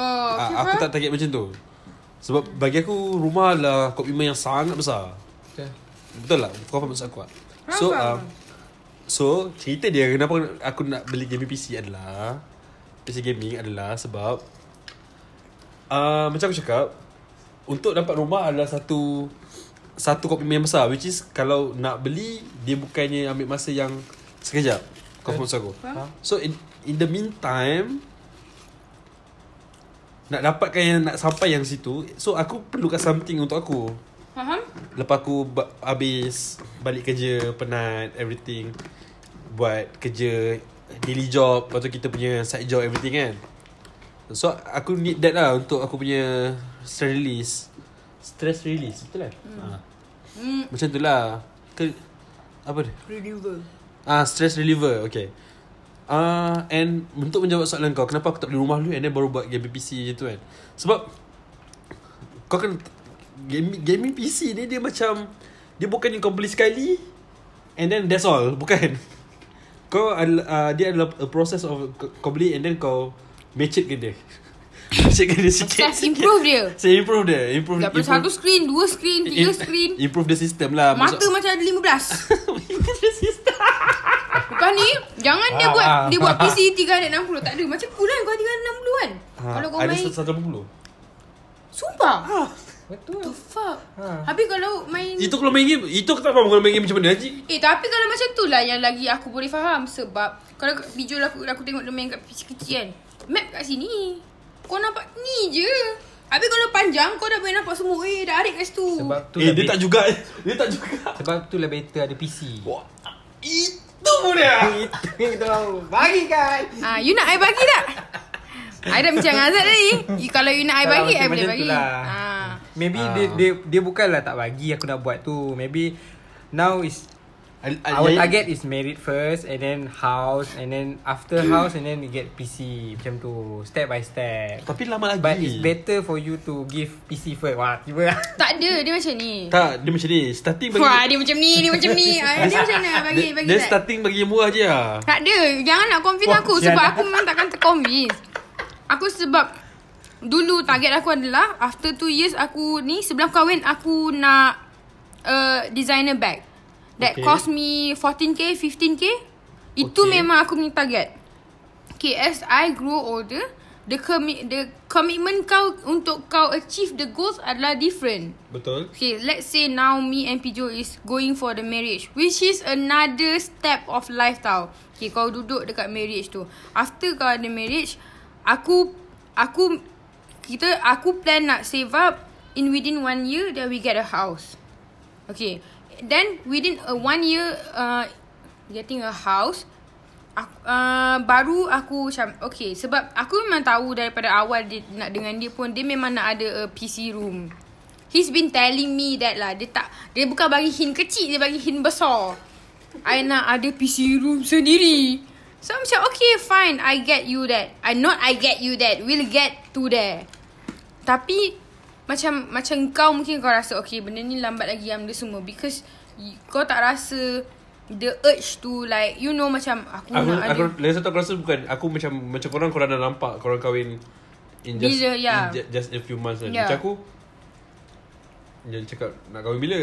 [SPEAKER 1] okay,
[SPEAKER 2] Ah, Aku tak target macam tu Sebab bagi aku Rumah lah Komitmen yang sangat besar
[SPEAKER 3] Betul.
[SPEAKER 2] Betul lah Kau faham maksud aku tak? So um, So Cerita dia Kenapa aku nak beli gaming PC adalah PC gaming adalah Sebab uh, Macam aku cakap Untuk dapat rumah adalah satu Satu komitmen yang besar Which is Kalau nak beli Dia bukannya ambil masa yang Sekejap Kau faham maksud aku
[SPEAKER 1] Faham.
[SPEAKER 2] So in, in the meantime Nak dapatkan yang Nak sampai yang situ So aku perlukan something untuk aku
[SPEAKER 1] Faham?
[SPEAKER 2] Lepas aku ba- habis balik kerja penat everything buat kerja daily job lepas tu kita punya side job everything kan. So aku need that lah untuk aku punya stress release. Stress release betul kan? Hmm. Ha.
[SPEAKER 1] Hmm.
[SPEAKER 2] Macam tu lah. Ke apa dia?
[SPEAKER 1] Reliever
[SPEAKER 2] Ah stress reliever. Okay. Ah uh, and untuk menjawab soalan kau kenapa aku tak beli rumah dulu and then baru buat gaming PC je tu kan. Sebab kau kan gaming gaming PC ni dia macam dia bukan yang kau beli sekali and then that's all, bukan. Kau adalah- uh, dia adalah a process of kau- kau beli and then kau match it ke dia. match it ke dia sikit.
[SPEAKER 1] Self improve dia
[SPEAKER 2] Saya improve dia, improve.
[SPEAKER 1] Tak perlu satu screen Dua screen Tiga
[SPEAKER 2] im-
[SPEAKER 1] screen
[SPEAKER 2] Improve the system lah.
[SPEAKER 1] Mata
[SPEAKER 2] Maksud-
[SPEAKER 1] macam ada 15
[SPEAKER 2] Improve the system.
[SPEAKER 1] Bukan ni Jangan dia
[SPEAKER 3] Ah,
[SPEAKER 1] buat
[SPEAKER 3] ah,
[SPEAKER 1] Dia buat
[SPEAKER 3] ah.
[SPEAKER 1] PC 360 Tak ada Macam aku kan Kau 360 kan Kalau kau
[SPEAKER 2] Ah, ada
[SPEAKER 1] main
[SPEAKER 2] 180.
[SPEAKER 1] Sumpah
[SPEAKER 3] Betul.
[SPEAKER 1] The fuck
[SPEAKER 3] Ha.
[SPEAKER 1] Habis kalau main
[SPEAKER 2] Itu kalau main game Itu aku tak faham Kalau main game macam mana Haji
[SPEAKER 1] Eh tapi kalau macam tu lah Yang lagi aku boleh faham Sebab Kalau kat video aku, aku tengok dia main kat PC kecil kan Map kat sini Kau nampak ni je Habis kalau panjang Kau dah boleh nampak semua Eh dah arik kat situ
[SPEAKER 3] Sebab tu
[SPEAKER 2] Eh
[SPEAKER 3] lah
[SPEAKER 2] dia
[SPEAKER 3] be-
[SPEAKER 2] tak juga Dia tak juga
[SPEAKER 3] sebab tu lah better ada PC.
[SPEAKER 2] Wah, Itu pun dia
[SPEAKER 3] Itu yang kita mahu bagikan.
[SPEAKER 1] Ah, You nak I bagi tak? I dah macam dengan Azad tadi Eh, Kalau you nak I
[SPEAKER 3] Kalau
[SPEAKER 1] bagi
[SPEAKER 3] macam
[SPEAKER 1] I boleh
[SPEAKER 3] macam tu
[SPEAKER 1] bagi
[SPEAKER 3] lah.
[SPEAKER 1] Ah.
[SPEAKER 3] Maybe
[SPEAKER 2] Ah.
[SPEAKER 3] dia dia dia bukanlah tak bagi aku nak buat tu. Maybe now is our target is married first and then house and then after house and then we get PC macam tu step by step.
[SPEAKER 2] Tapi lama lagi Eh,
[SPEAKER 3] But it's better for you to give PC first. Wah, tiba lah.
[SPEAKER 1] Tak ada Dia macam ni
[SPEAKER 2] Tak dia macam ni Starting bagi
[SPEAKER 1] Wah, dia macam ni, dia macam ni. Ah, dia macam mana? Bagi,
[SPEAKER 2] dia,
[SPEAKER 1] bagi.
[SPEAKER 2] dia
[SPEAKER 1] Zat.
[SPEAKER 2] starting bagi yang murah je lah
[SPEAKER 1] Tak ada. Jangan nak convince
[SPEAKER 3] Wah,
[SPEAKER 1] aku
[SPEAKER 3] sial.
[SPEAKER 1] sebab aku memang takkan terconvince. Aku sebab dulu target aku adalah after 2 years aku ni sebelum kahwin aku nak uh, designer bag. That okay.
[SPEAKER 2] Okay.
[SPEAKER 1] cost me 14k, 15k. Itu
[SPEAKER 2] Okay.
[SPEAKER 1] okay. memang aku punya target. Okay, as I grow older, the commi- the commitment kau untuk kau achieve the goals adalah different.
[SPEAKER 2] Betul
[SPEAKER 1] Okay, let's say now me and Pijo is going for the marriage. Which is another step of life tau. Okay, kau duduk dekat marriage tu. After kau ada marriage, aku, aku Kita Aku plan nak save up In within one year That we get a house Okay Then within a one year uh, Getting a house aku, uh, Baru aku macam Okay sebab Aku memang tahu daripada awal dia, nak Dengan dia pun Dia memang nak ada a PC room He's been telling me that lah Dia tak Dia bukan bagi hint kecil Dia bagi hint besar I nak ada PC room sendiri So I'm macam okay fine I get you that I not I get you that We'll get to there Tapi Macam Macam kau mungkin kau rasa Okay benda ni lambat lagi Yang dia semua Because y- Kau tak rasa The urge to like You know macam Aku,
[SPEAKER 2] Aku,
[SPEAKER 1] nak
[SPEAKER 2] aku,
[SPEAKER 1] ada
[SPEAKER 2] lagi satu aku rasa bukan Aku macam Macam korang korang dah nampak Korang kahwin In just
[SPEAKER 1] Bila, ya.
[SPEAKER 2] in ju- just a few months kan
[SPEAKER 1] Ya.
[SPEAKER 2] Macam aku Dia cakap Nak kahwin bila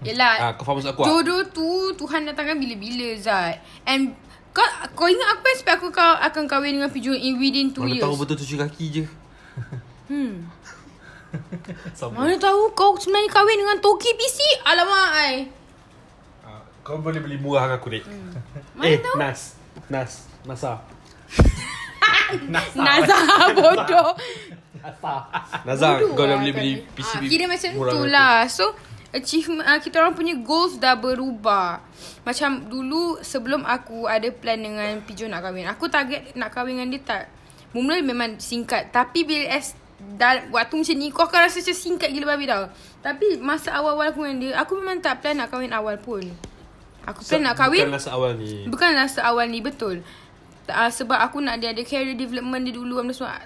[SPEAKER 1] Yelah
[SPEAKER 2] Ah, kau faham maksud aku tak?
[SPEAKER 1] Lah, Jodoh tu Tuhan datangkan bila-bila Zat And kau, kau ingat aku expect aku kau akan kahwin dengan Pijo in within 2
[SPEAKER 2] Mana
[SPEAKER 1] years.
[SPEAKER 2] tahu betul cuci kaki je
[SPEAKER 1] Hmm.
[SPEAKER 2] Sama
[SPEAKER 1] Mana tahu kau sebenarnya kahwin dengan Toki PC? Alamak ai.
[SPEAKER 2] Ah, Kau boleh beli murah dengan aku ni hmm.
[SPEAKER 1] Mana
[SPEAKER 2] Eh
[SPEAKER 1] tahu?
[SPEAKER 2] Nas Nas ah. Nasa
[SPEAKER 1] Nazar bodoh.
[SPEAKER 2] Nazar
[SPEAKER 1] Bodoh
[SPEAKER 2] kau dah
[SPEAKER 1] lah
[SPEAKER 2] boleh beli
[SPEAKER 1] kami.
[SPEAKER 2] PCB
[SPEAKER 1] Ah, Kira macam
[SPEAKER 2] murah kan?
[SPEAKER 1] tu
[SPEAKER 2] dengan
[SPEAKER 1] lah So Achievement uh, Kita orang punya goals Dah berubah Macam dulu Sebelum aku ada plan Dengan Pijo nak kahwin Aku target Nak kahwin dengan dia tak Mula memang singkat Tapi bila as dah, Waktu macam ni Kau akan rasa macam singkat Gila babi tau Tapi masa awal-awal aku dengan dia Aku memang tak plan Nak kahwin awal pun Aku
[SPEAKER 2] aku.
[SPEAKER 1] plan Kan nak kahwin
[SPEAKER 2] Bukan Nasa awal ni
[SPEAKER 1] Bukan rasa awal ni betul uh, Sebab aku nak dia ada career development dia dulu apa semua.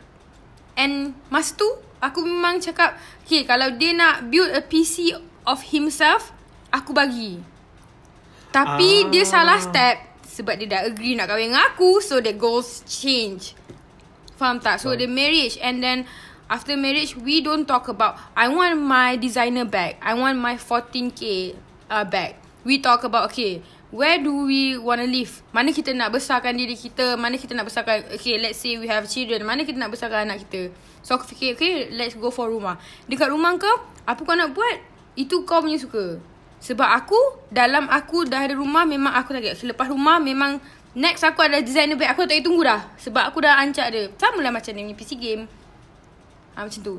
[SPEAKER 1] And masa tu Aku memang cakap Okay kalau dia nak build a PC of himself Aku bagi Tapi
[SPEAKER 2] Ah.
[SPEAKER 1] ah. dia salah step Sebab dia dah agree nak kahwin dengan aku So the goals change Faham tak? So the marriage and then after marriage we don't talk about I want my designer bag. I want my 14k uh, bag. We talk about okay, where do we want to live? Mana kita nak besarkan diri kita? Mana kita nak besarkan okay, let's say we have children. Mana kita nak besarkan anak kita? So aku fikir okay, let's go for rumah. Dekat rumah kau, apa kau nak buat? Itu kau punya suka. Sebab aku dalam aku dah ada rumah memang aku target. Okay, lepas rumah memang next aku ada designer bag. Aku tak payah tunggu dah. Sebab aku dah ancak dia. Sama lah macam dia punya PC game. Ha, macam tu.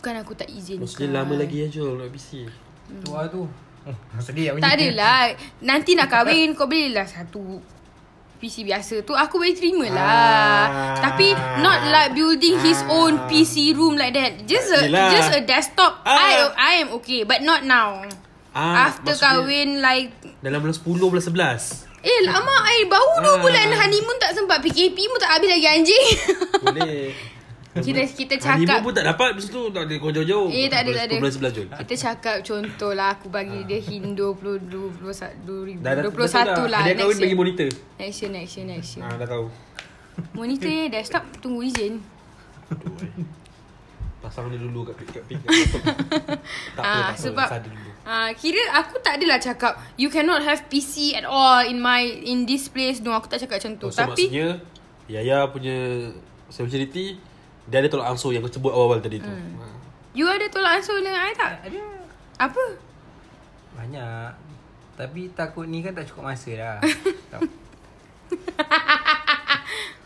[SPEAKER 1] Bukan aku tak izin.
[SPEAKER 2] Maksudnya lama lagi ya Jol Nak PC
[SPEAKER 3] Tu lah tu
[SPEAKER 2] Hmm,
[SPEAKER 3] Sedih
[SPEAKER 1] Tak adalah. Nanti nak kahwin kau belilah satu PC biasa tu aku boleh terima lah.
[SPEAKER 2] Ah.
[SPEAKER 1] Tapi not like building his own PC room like that. Just a
[SPEAKER 2] Yelah.
[SPEAKER 1] just a desktop.
[SPEAKER 2] Ah.
[SPEAKER 1] I I am okay but not now.
[SPEAKER 2] Ah,
[SPEAKER 1] After
[SPEAKER 2] maksudnya-
[SPEAKER 1] kahwin like
[SPEAKER 2] Dalam bulan 10 Bulan 11
[SPEAKER 1] Eh lama I baru 2
[SPEAKER 2] Ah.
[SPEAKER 1] bulan honeymoon tak sempat PKP pun tak habis lagi anjing
[SPEAKER 2] Boleh
[SPEAKER 1] Kita kita
[SPEAKER 2] Honeymoon
[SPEAKER 1] cakap
[SPEAKER 2] pun Ah, tak dapat Lepas tu tak ada kau jauh-jauh
[SPEAKER 1] Eh tak ada tak ada
[SPEAKER 2] Bulan 11 Jol
[SPEAKER 1] Kita cakap contoh lah Aku bagi dia hin 20 20 2021
[SPEAKER 2] Ah. Dah- dah- betul
[SPEAKER 1] lah
[SPEAKER 2] Dia kahwin
[SPEAKER 1] Next
[SPEAKER 2] bagi
[SPEAKER 1] year
[SPEAKER 2] monitor
[SPEAKER 1] Next year next year next year
[SPEAKER 2] Ah dah tahu
[SPEAKER 1] Monitor ya desktop Tunggu izin
[SPEAKER 2] Pasang dia dulu kat kat pik. kat laptop. tak apa,
[SPEAKER 1] Ah,
[SPEAKER 2] tak apa.
[SPEAKER 1] sebab
[SPEAKER 2] Pasang dia dulu.
[SPEAKER 1] ah kira aku tak adalah cakap you cannot have PC at all in my in this place. No, aku tak cakap macam tu.
[SPEAKER 2] Oh, so
[SPEAKER 1] Tapi
[SPEAKER 2] maksudnya Yaya punya speciality dia ada tolak ansur yang kau sebut awal-awal tadi tu. Hmm.
[SPEAKER 1] you ada tolak ansur dengan I tak? Ada. Apa?
[SPEAKER 3] Banyak Tapi takut ni kan tak cukup masa dah Tak-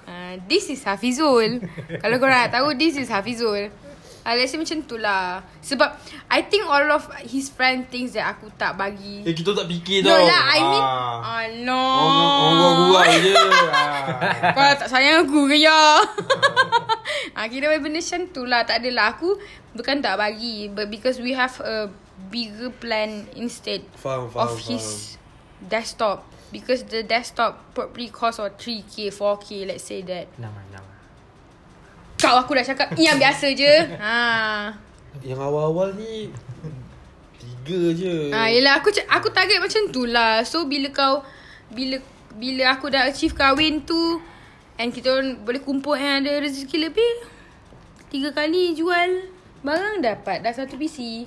[SPEAKER 1] Uh, this is Hafizul. Kalau korang nak tahu, this is Hafizul. Uh, let's say macam tu lah. Sebab I think all of his friend thinks that aku tak bagi.
[SPEAKER 2] Eh kita tak fikir
[SPEAKER 1] No
[SPEAKER 2] tau.
[SPEAKER 1] lah, I mean.
[SPEAKER 2] Ah.
[SPEAKER 1] Ah, no.
[SPEAKER 2] Orang gurau je. Ah.
[SPEAKER 1] Kau tak sayang aku ke ya? ha, kira benda macam tu lah. Tak adalah. Aku bukan tak bagi. But because we have a bigger plan instead
[SPEAKER 2] Faham, faham,
[SPEAKER 1] of his desktop. Because the desktop probably cost or 3K, 4K let's say that.
[SPEAKER 3] Enam lah, enam lah.
[SPEAKER 1] Kau aku dah cakap ni yang biasa je. Ha.
[SPEAKER 2] Yang awal-awal ni tiga je.
[SPEAKER 1] Ha, yelah aku ca- aku target macam tu lah. So bila kau bila bila aku dah achieve kahwin tu and kita orang boleh kumpul yang ada rezeki lebih tiga kali jual barang dapat dah satu PC.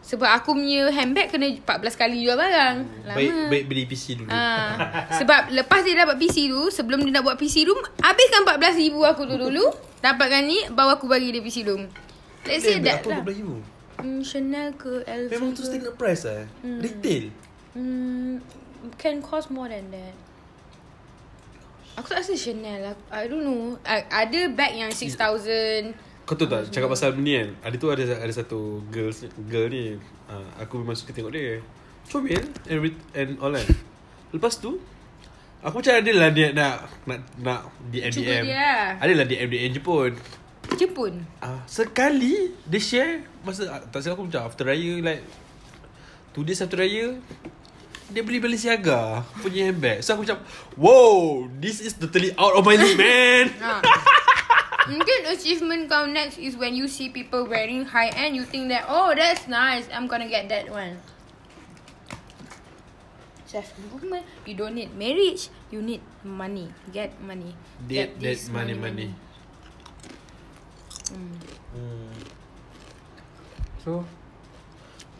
[SPEAKER 1] Sebab aku punya handbag kena 14 kali jual barang. Lama.
[SPEAKER 2] Baik baik beli PC dulu.
[SPEAKER 1] Ha, sebab lepas dia dapat PC tu Sebelum dia nak buat PC room Habiskan RM14,000 aku tu dulu Dapatkan ni Bawa aku bagi dia PC room Let's say
[SPEAKER 2] Eh,
[SPEAKER 1] that lah
[SPEAKER 2] berapa kau beli you?
[SPEAKER 1] Hmm, Chanel ke LV
[SPEAKER 2] Memang tu
[SPEAKER 1] ke
[SPEAKER 2] standard price eh. Retail.
[SPEAKER 1] Hmm, can cost more than that. Aku tak rasa Chanel. Aku, I don't know. I, ada bag yang 6,000.
[SPEAKER 2] Kau tahu tak Cakap pasal ni kan Ada tu ada ada satu Girls Girl ni uh, Aku memang suka tengok dia Comel And, re- and all kan Lepas tu Aku macam ada lah dia nak Nak nak DM
[SPEAKER 1] Cuba
[SPEAKER 2] DM
[SPEAKER 1] dia lah.
[SPEAKER 2] Ada lah DM DM je pun
[SPEAKER 1] Jepun
[SPEAKER 2] uh, Sekali Dia share Masa ah, Tak silap aku macam After raya like Two days after raya Dia beli Balenciaga Punya handbag So aku macam Wow This is totally out of my league man
[SPEAKER 1] ha. Mungkin achievement kau next is when you see people wearing high end You think that oh that's nice I'm gonna get that one Self improvement You don't need marriage You need money Get money
[SPEAKER 2] That, that
[SPEAKER 1] this Mm.
[SPEAKER 2] money money
[SPEAKER 3] Hmm. So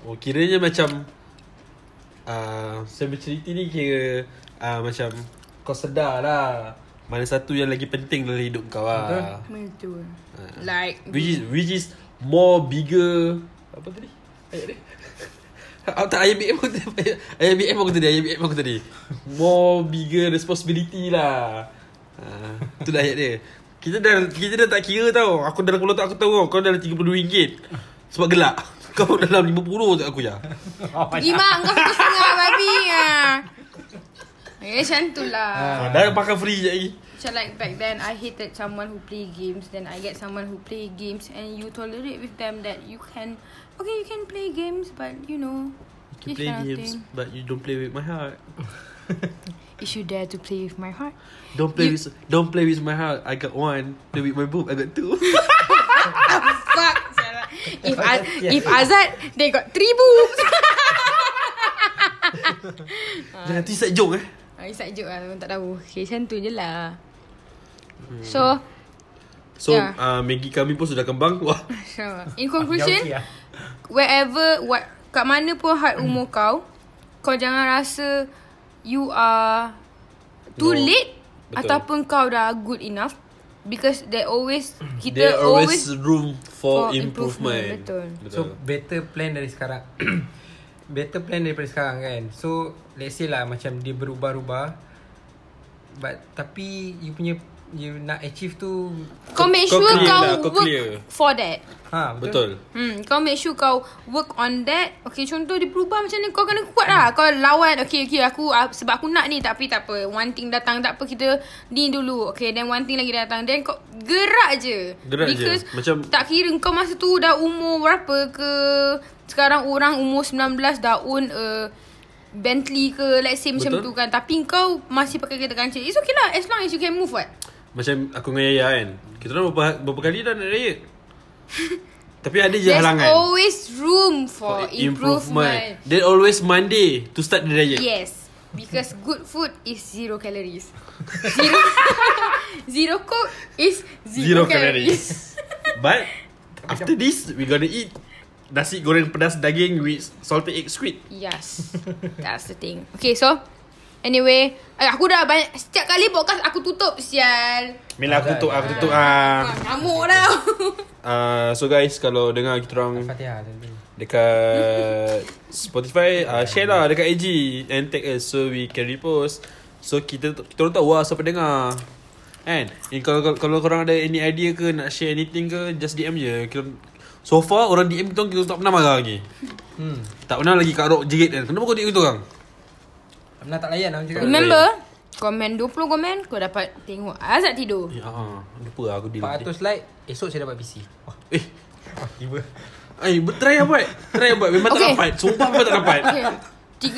[SPEAKER 2] Oh kiranya macam uh, Celebrity ni kira uh, Macam Kau sedar lah Mana satu yang lagi penting dalam hidup kau lah
[SPEAKER 1] Betul
[SPEAKER 2] Ah,
[SPEAKER 1] Like
[SPEAKER 2] Uh-huh. Which is Which is More bigger Apa tadi? Ayat dia Ah, tak, ayat BM aku tadi Ayat BM aku tadi Ayat BM aku tadi More bigger responsibility lah uh, Itu dah ayat dia Kita dah Kita dah tak kira tau Aku dalam kepala tak aku tahu Kau dalam RM32 Sebab gelak Kau dalam RM50 tak aku ya. je Oh,
[SPEAKER 1] Pergi mak kau pukul setengah babi ha. Eh macam tu lah
[SPEAKER 2] Ah, Dah pakai free je lagi
[SPEAKER 1] Macam like back then I hated someone who play games Then I get someone who play games And you tolerate with them that you can Okay you can play games But you know this
[SPEAKER 2] You play
[SPEAKER 1] kind of thing.
[SPEAKER 2] games But you don't play with my heart
[SPEAKER 1] If you dare to play with my heart
[SPEAKER 2] Don't play
[SPEAKER 1] You-
[SPEAKER 2] with Don't play with my heart I got one Play with my boob I got two
[SPEAKER 1] Fuck sialah. If Az- if Azad They got three boobs
[SPEAKER 2] Jangan nanti set jong eh
[SPEAKER 1] Ah, Isak joke lah Orang tak tahu Okay macam tu je lah
[SPEAKER 2] Hmm.
[SPEAKER 1] So
[SPEAKER 2] So
[SPEAKER 1] Yeah.
[SPEAKER 2] yeah. uh, Maggie kami pun sudah kembang Wah
[SPEAKER 1] So, in conclusion,
[SPEAKER 3] okey lah.
[SPEAKER 1] wherever, what, kat mana pun had umur kau, kau jangan rasa you are too
[SPEAKER 2] No.
[SPEAKER 1] late
[SPEAKER 2] Betul.
[SPEAKER 1] ataupun kau dah good enough because there always
[SPEAKER 2] There
[SPEAKER 1] kita
[SPEAKER 2] always
[SPEAKER 1] always
[SPEAKER 2] room for,
[SPEAKER 1] for improvement,
[SPEAKER 2] improvement.
[SPEAKER 1] betul.
[SPEAKER 2] betul.
[SPEAKER 3] So better plan dari sekarang Better plan daripada sekarang kan So let's say lah macam dia berubah-ubah But tapi you punya You nak achieve tu
[SPEAKER 1] kau make
[SPEAKER 2] kau
[SPEAKER 1] sure kau,
[SPEAKER 2] clear lah, kau
[SPEAKER 1] work
[SPEAKER 2] clear.
[SPEAKER 1] for that.
[SPEAKER 3] ha,
[SPEAKER 2] betul.
[SPEAKER 1] Hmm, kau make sure kau work on that. Okay, contoh dia berubah macam ni. Kau kena kuat lah. Kau lawan. Okay, okay. Aku ah, sebab aku nak ni. Tapi tak apa. One thing datang tak apa. Kita ni dulu. Okay, then one thing lagi datang. Then kau gerak je.
[SPEAKER 2] Gerak je.
[SPEAKER 1] Because
[SPEAKER 2] Macam-
[SPEAKER 1] tak kira kau masa tu dah umur berapa ke. Sekarang orang umur 19 dah own a Bentley ke. Let's say macam tu
[SPEAKER 2] Betul.
[SPEAKER 1] kan. Tapi kau masih pakai kereta kancil. It's okay lah. As long as you can move what.
[SPEAKER 2] Macam aku dengan Yaya kan. Kita orang berapa, berapa kali dah nak diet. Tapi ada je halangan.
[SPEAKER 1] There's always room for, improvement.
[SPEAKER 2] There always Monday to start the diet.
[SPEAKER 1] Yes. Because good food is zero calories. Zero zero coke is zero,
[SPEAKER 2] Zero calories. But after this we gonna eat nasi goreng pedas daging with salted egg squid.
[SPEAKER 1] yes. That's the thing. Okay, so anyway, eh, aku dah banyak setiap kali podcast aku tutup sial.
[SPEAKER 2] Mela aku
[SPEAKER 3] Azad,
[SPEAKER 2] tutup aku
[SPEAKER 3] Azad.
[SPEAKER 2] tutup ah.
[SPEAKER 1] Ah, ngamuk dah.
[SPEAKER 2] Ah so guys kalau dengar kita orang
[SPEAKER 3] Fatihah macam tu
[SPEAKER 2] Dekat Spotify uh, Share lah dekat IG And tag us So we can repost So kita Kita orang tahu lah Siapa dengar Kan Eh, kalau, kalau, kalau korang ada any idea ke Nak share anything ke Just DM je kita, So far orang DM kita orang, Kita tak pernah marah lagi
[SPEAKER 3] Hmm
[SPEAKER 2] Tak pernah lagi Kak Rok jerit kan Kenapa kau DM kita orang
[SPEAKER 3] Pernah tak layan orang cakap
[SPEAKER 1] Remember, komen 20 komen kau dapat tengok Azad tidur.
[SPEAKER 2] Ya ah, Lupa lah aku deal
[SPEAKER 3] 400 like Esok saya dapat PC Wah
[SPEAKER 2] Eh
[SPEAKER 3] tiba
[SPEAKER 2] Eh ber- try lah buat Try lah buat Memang
[SPEAKER 1] Okay.
[SPEAKER 2] tak dapat Sumpah memang tak dapat
[SPEAKER 1] Okay.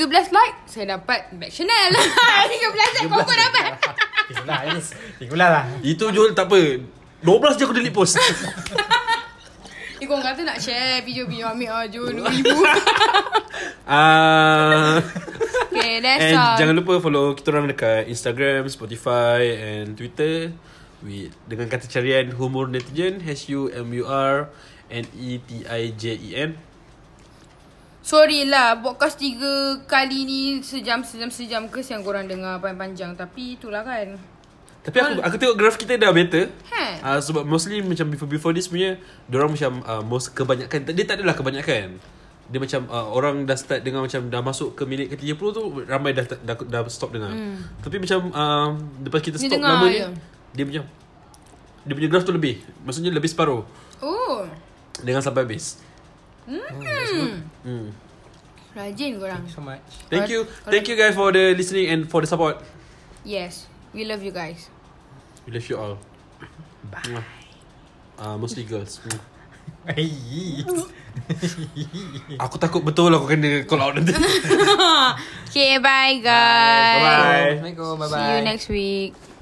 [SPEAKER 1] 13 like Saya dapat Back Chanel 13 like Kau kau dapat
[SPEAKER 3] Tikulah ni Tikulah lah
[SPEAKER 2] Itu Jul tak apa 12 je aku delete post
[SPEAKER 1] Eh korang kata nak share Video-video ambil lah Jun 2000
[SPEAKER 2] Ah.
[SPEAKER 1] Okay, that's
[SPEAKER 2] And
[SPEAKER 1] all.
[SPEAKER 2] jangan lupa follow kita orang dekat Instagram, Spotify and Twitter with dengan kata carian humor netizen H U M U R N E T I J E N.
[SPEAKER 1] Sorry lah, podcast tiga kali ni sejam-sejam-sejam ke siang korang dengar panjang-panjang. Tapi itulah kan.
[SPEAKER 2] Tapi aku aku tengok graf kita dah better.
[SPEAKER 1] Ha.
[SPEAKER 2] Uh, sebab mostly macam before before this punya orang macam uh, most kebanyakan dia tak adalah kebanyakan. Dia macam uh, orang dah start dengar macam dah masuk ke minit ke-30 tu ramai dah dah, dah stop dengar. Hmm. Tapi macam uh, lepas kita
[SPEAKER 1] Dia
[SPEAKER 2] stop
[SPEAKER 1] dengar
[SPEAKER 2] lama ni
[SPEAKER 1] je.
[SPEAKER 2] dia punya dia punya graf tu lebih. Maksudnya lebih separuh.
[SPEAKER 1] Oh.
[SPEAKER 2] Dengan sampai habis
[SPEAKER 1] Hmm.
[SPEAKER 2] hmm.
[SPEAKER 1] Rajin korang.
[SPEAKER 3] Thank you so much.
[SPEAKER 2] Thank
[SPEAKER 1] Alright,
[SPEAKER 2] you
[SPEAKER 1] alright.
[SPEAKER 2] Thank you guys for the listening And for the support
[SPEAKER 1] Yes. We love you guys.
[SPEAKER 2] We love you all Bye uh, Mostly girls Hmm. Aku takut betul aku kena call out nanti
[SPEAKER 1] okay, bye guys.
[SPEAKER 2] Bye.
[SPEAKER 3] Assalamualaikum. Bye bye.
[SPEAKER 1] See you next week.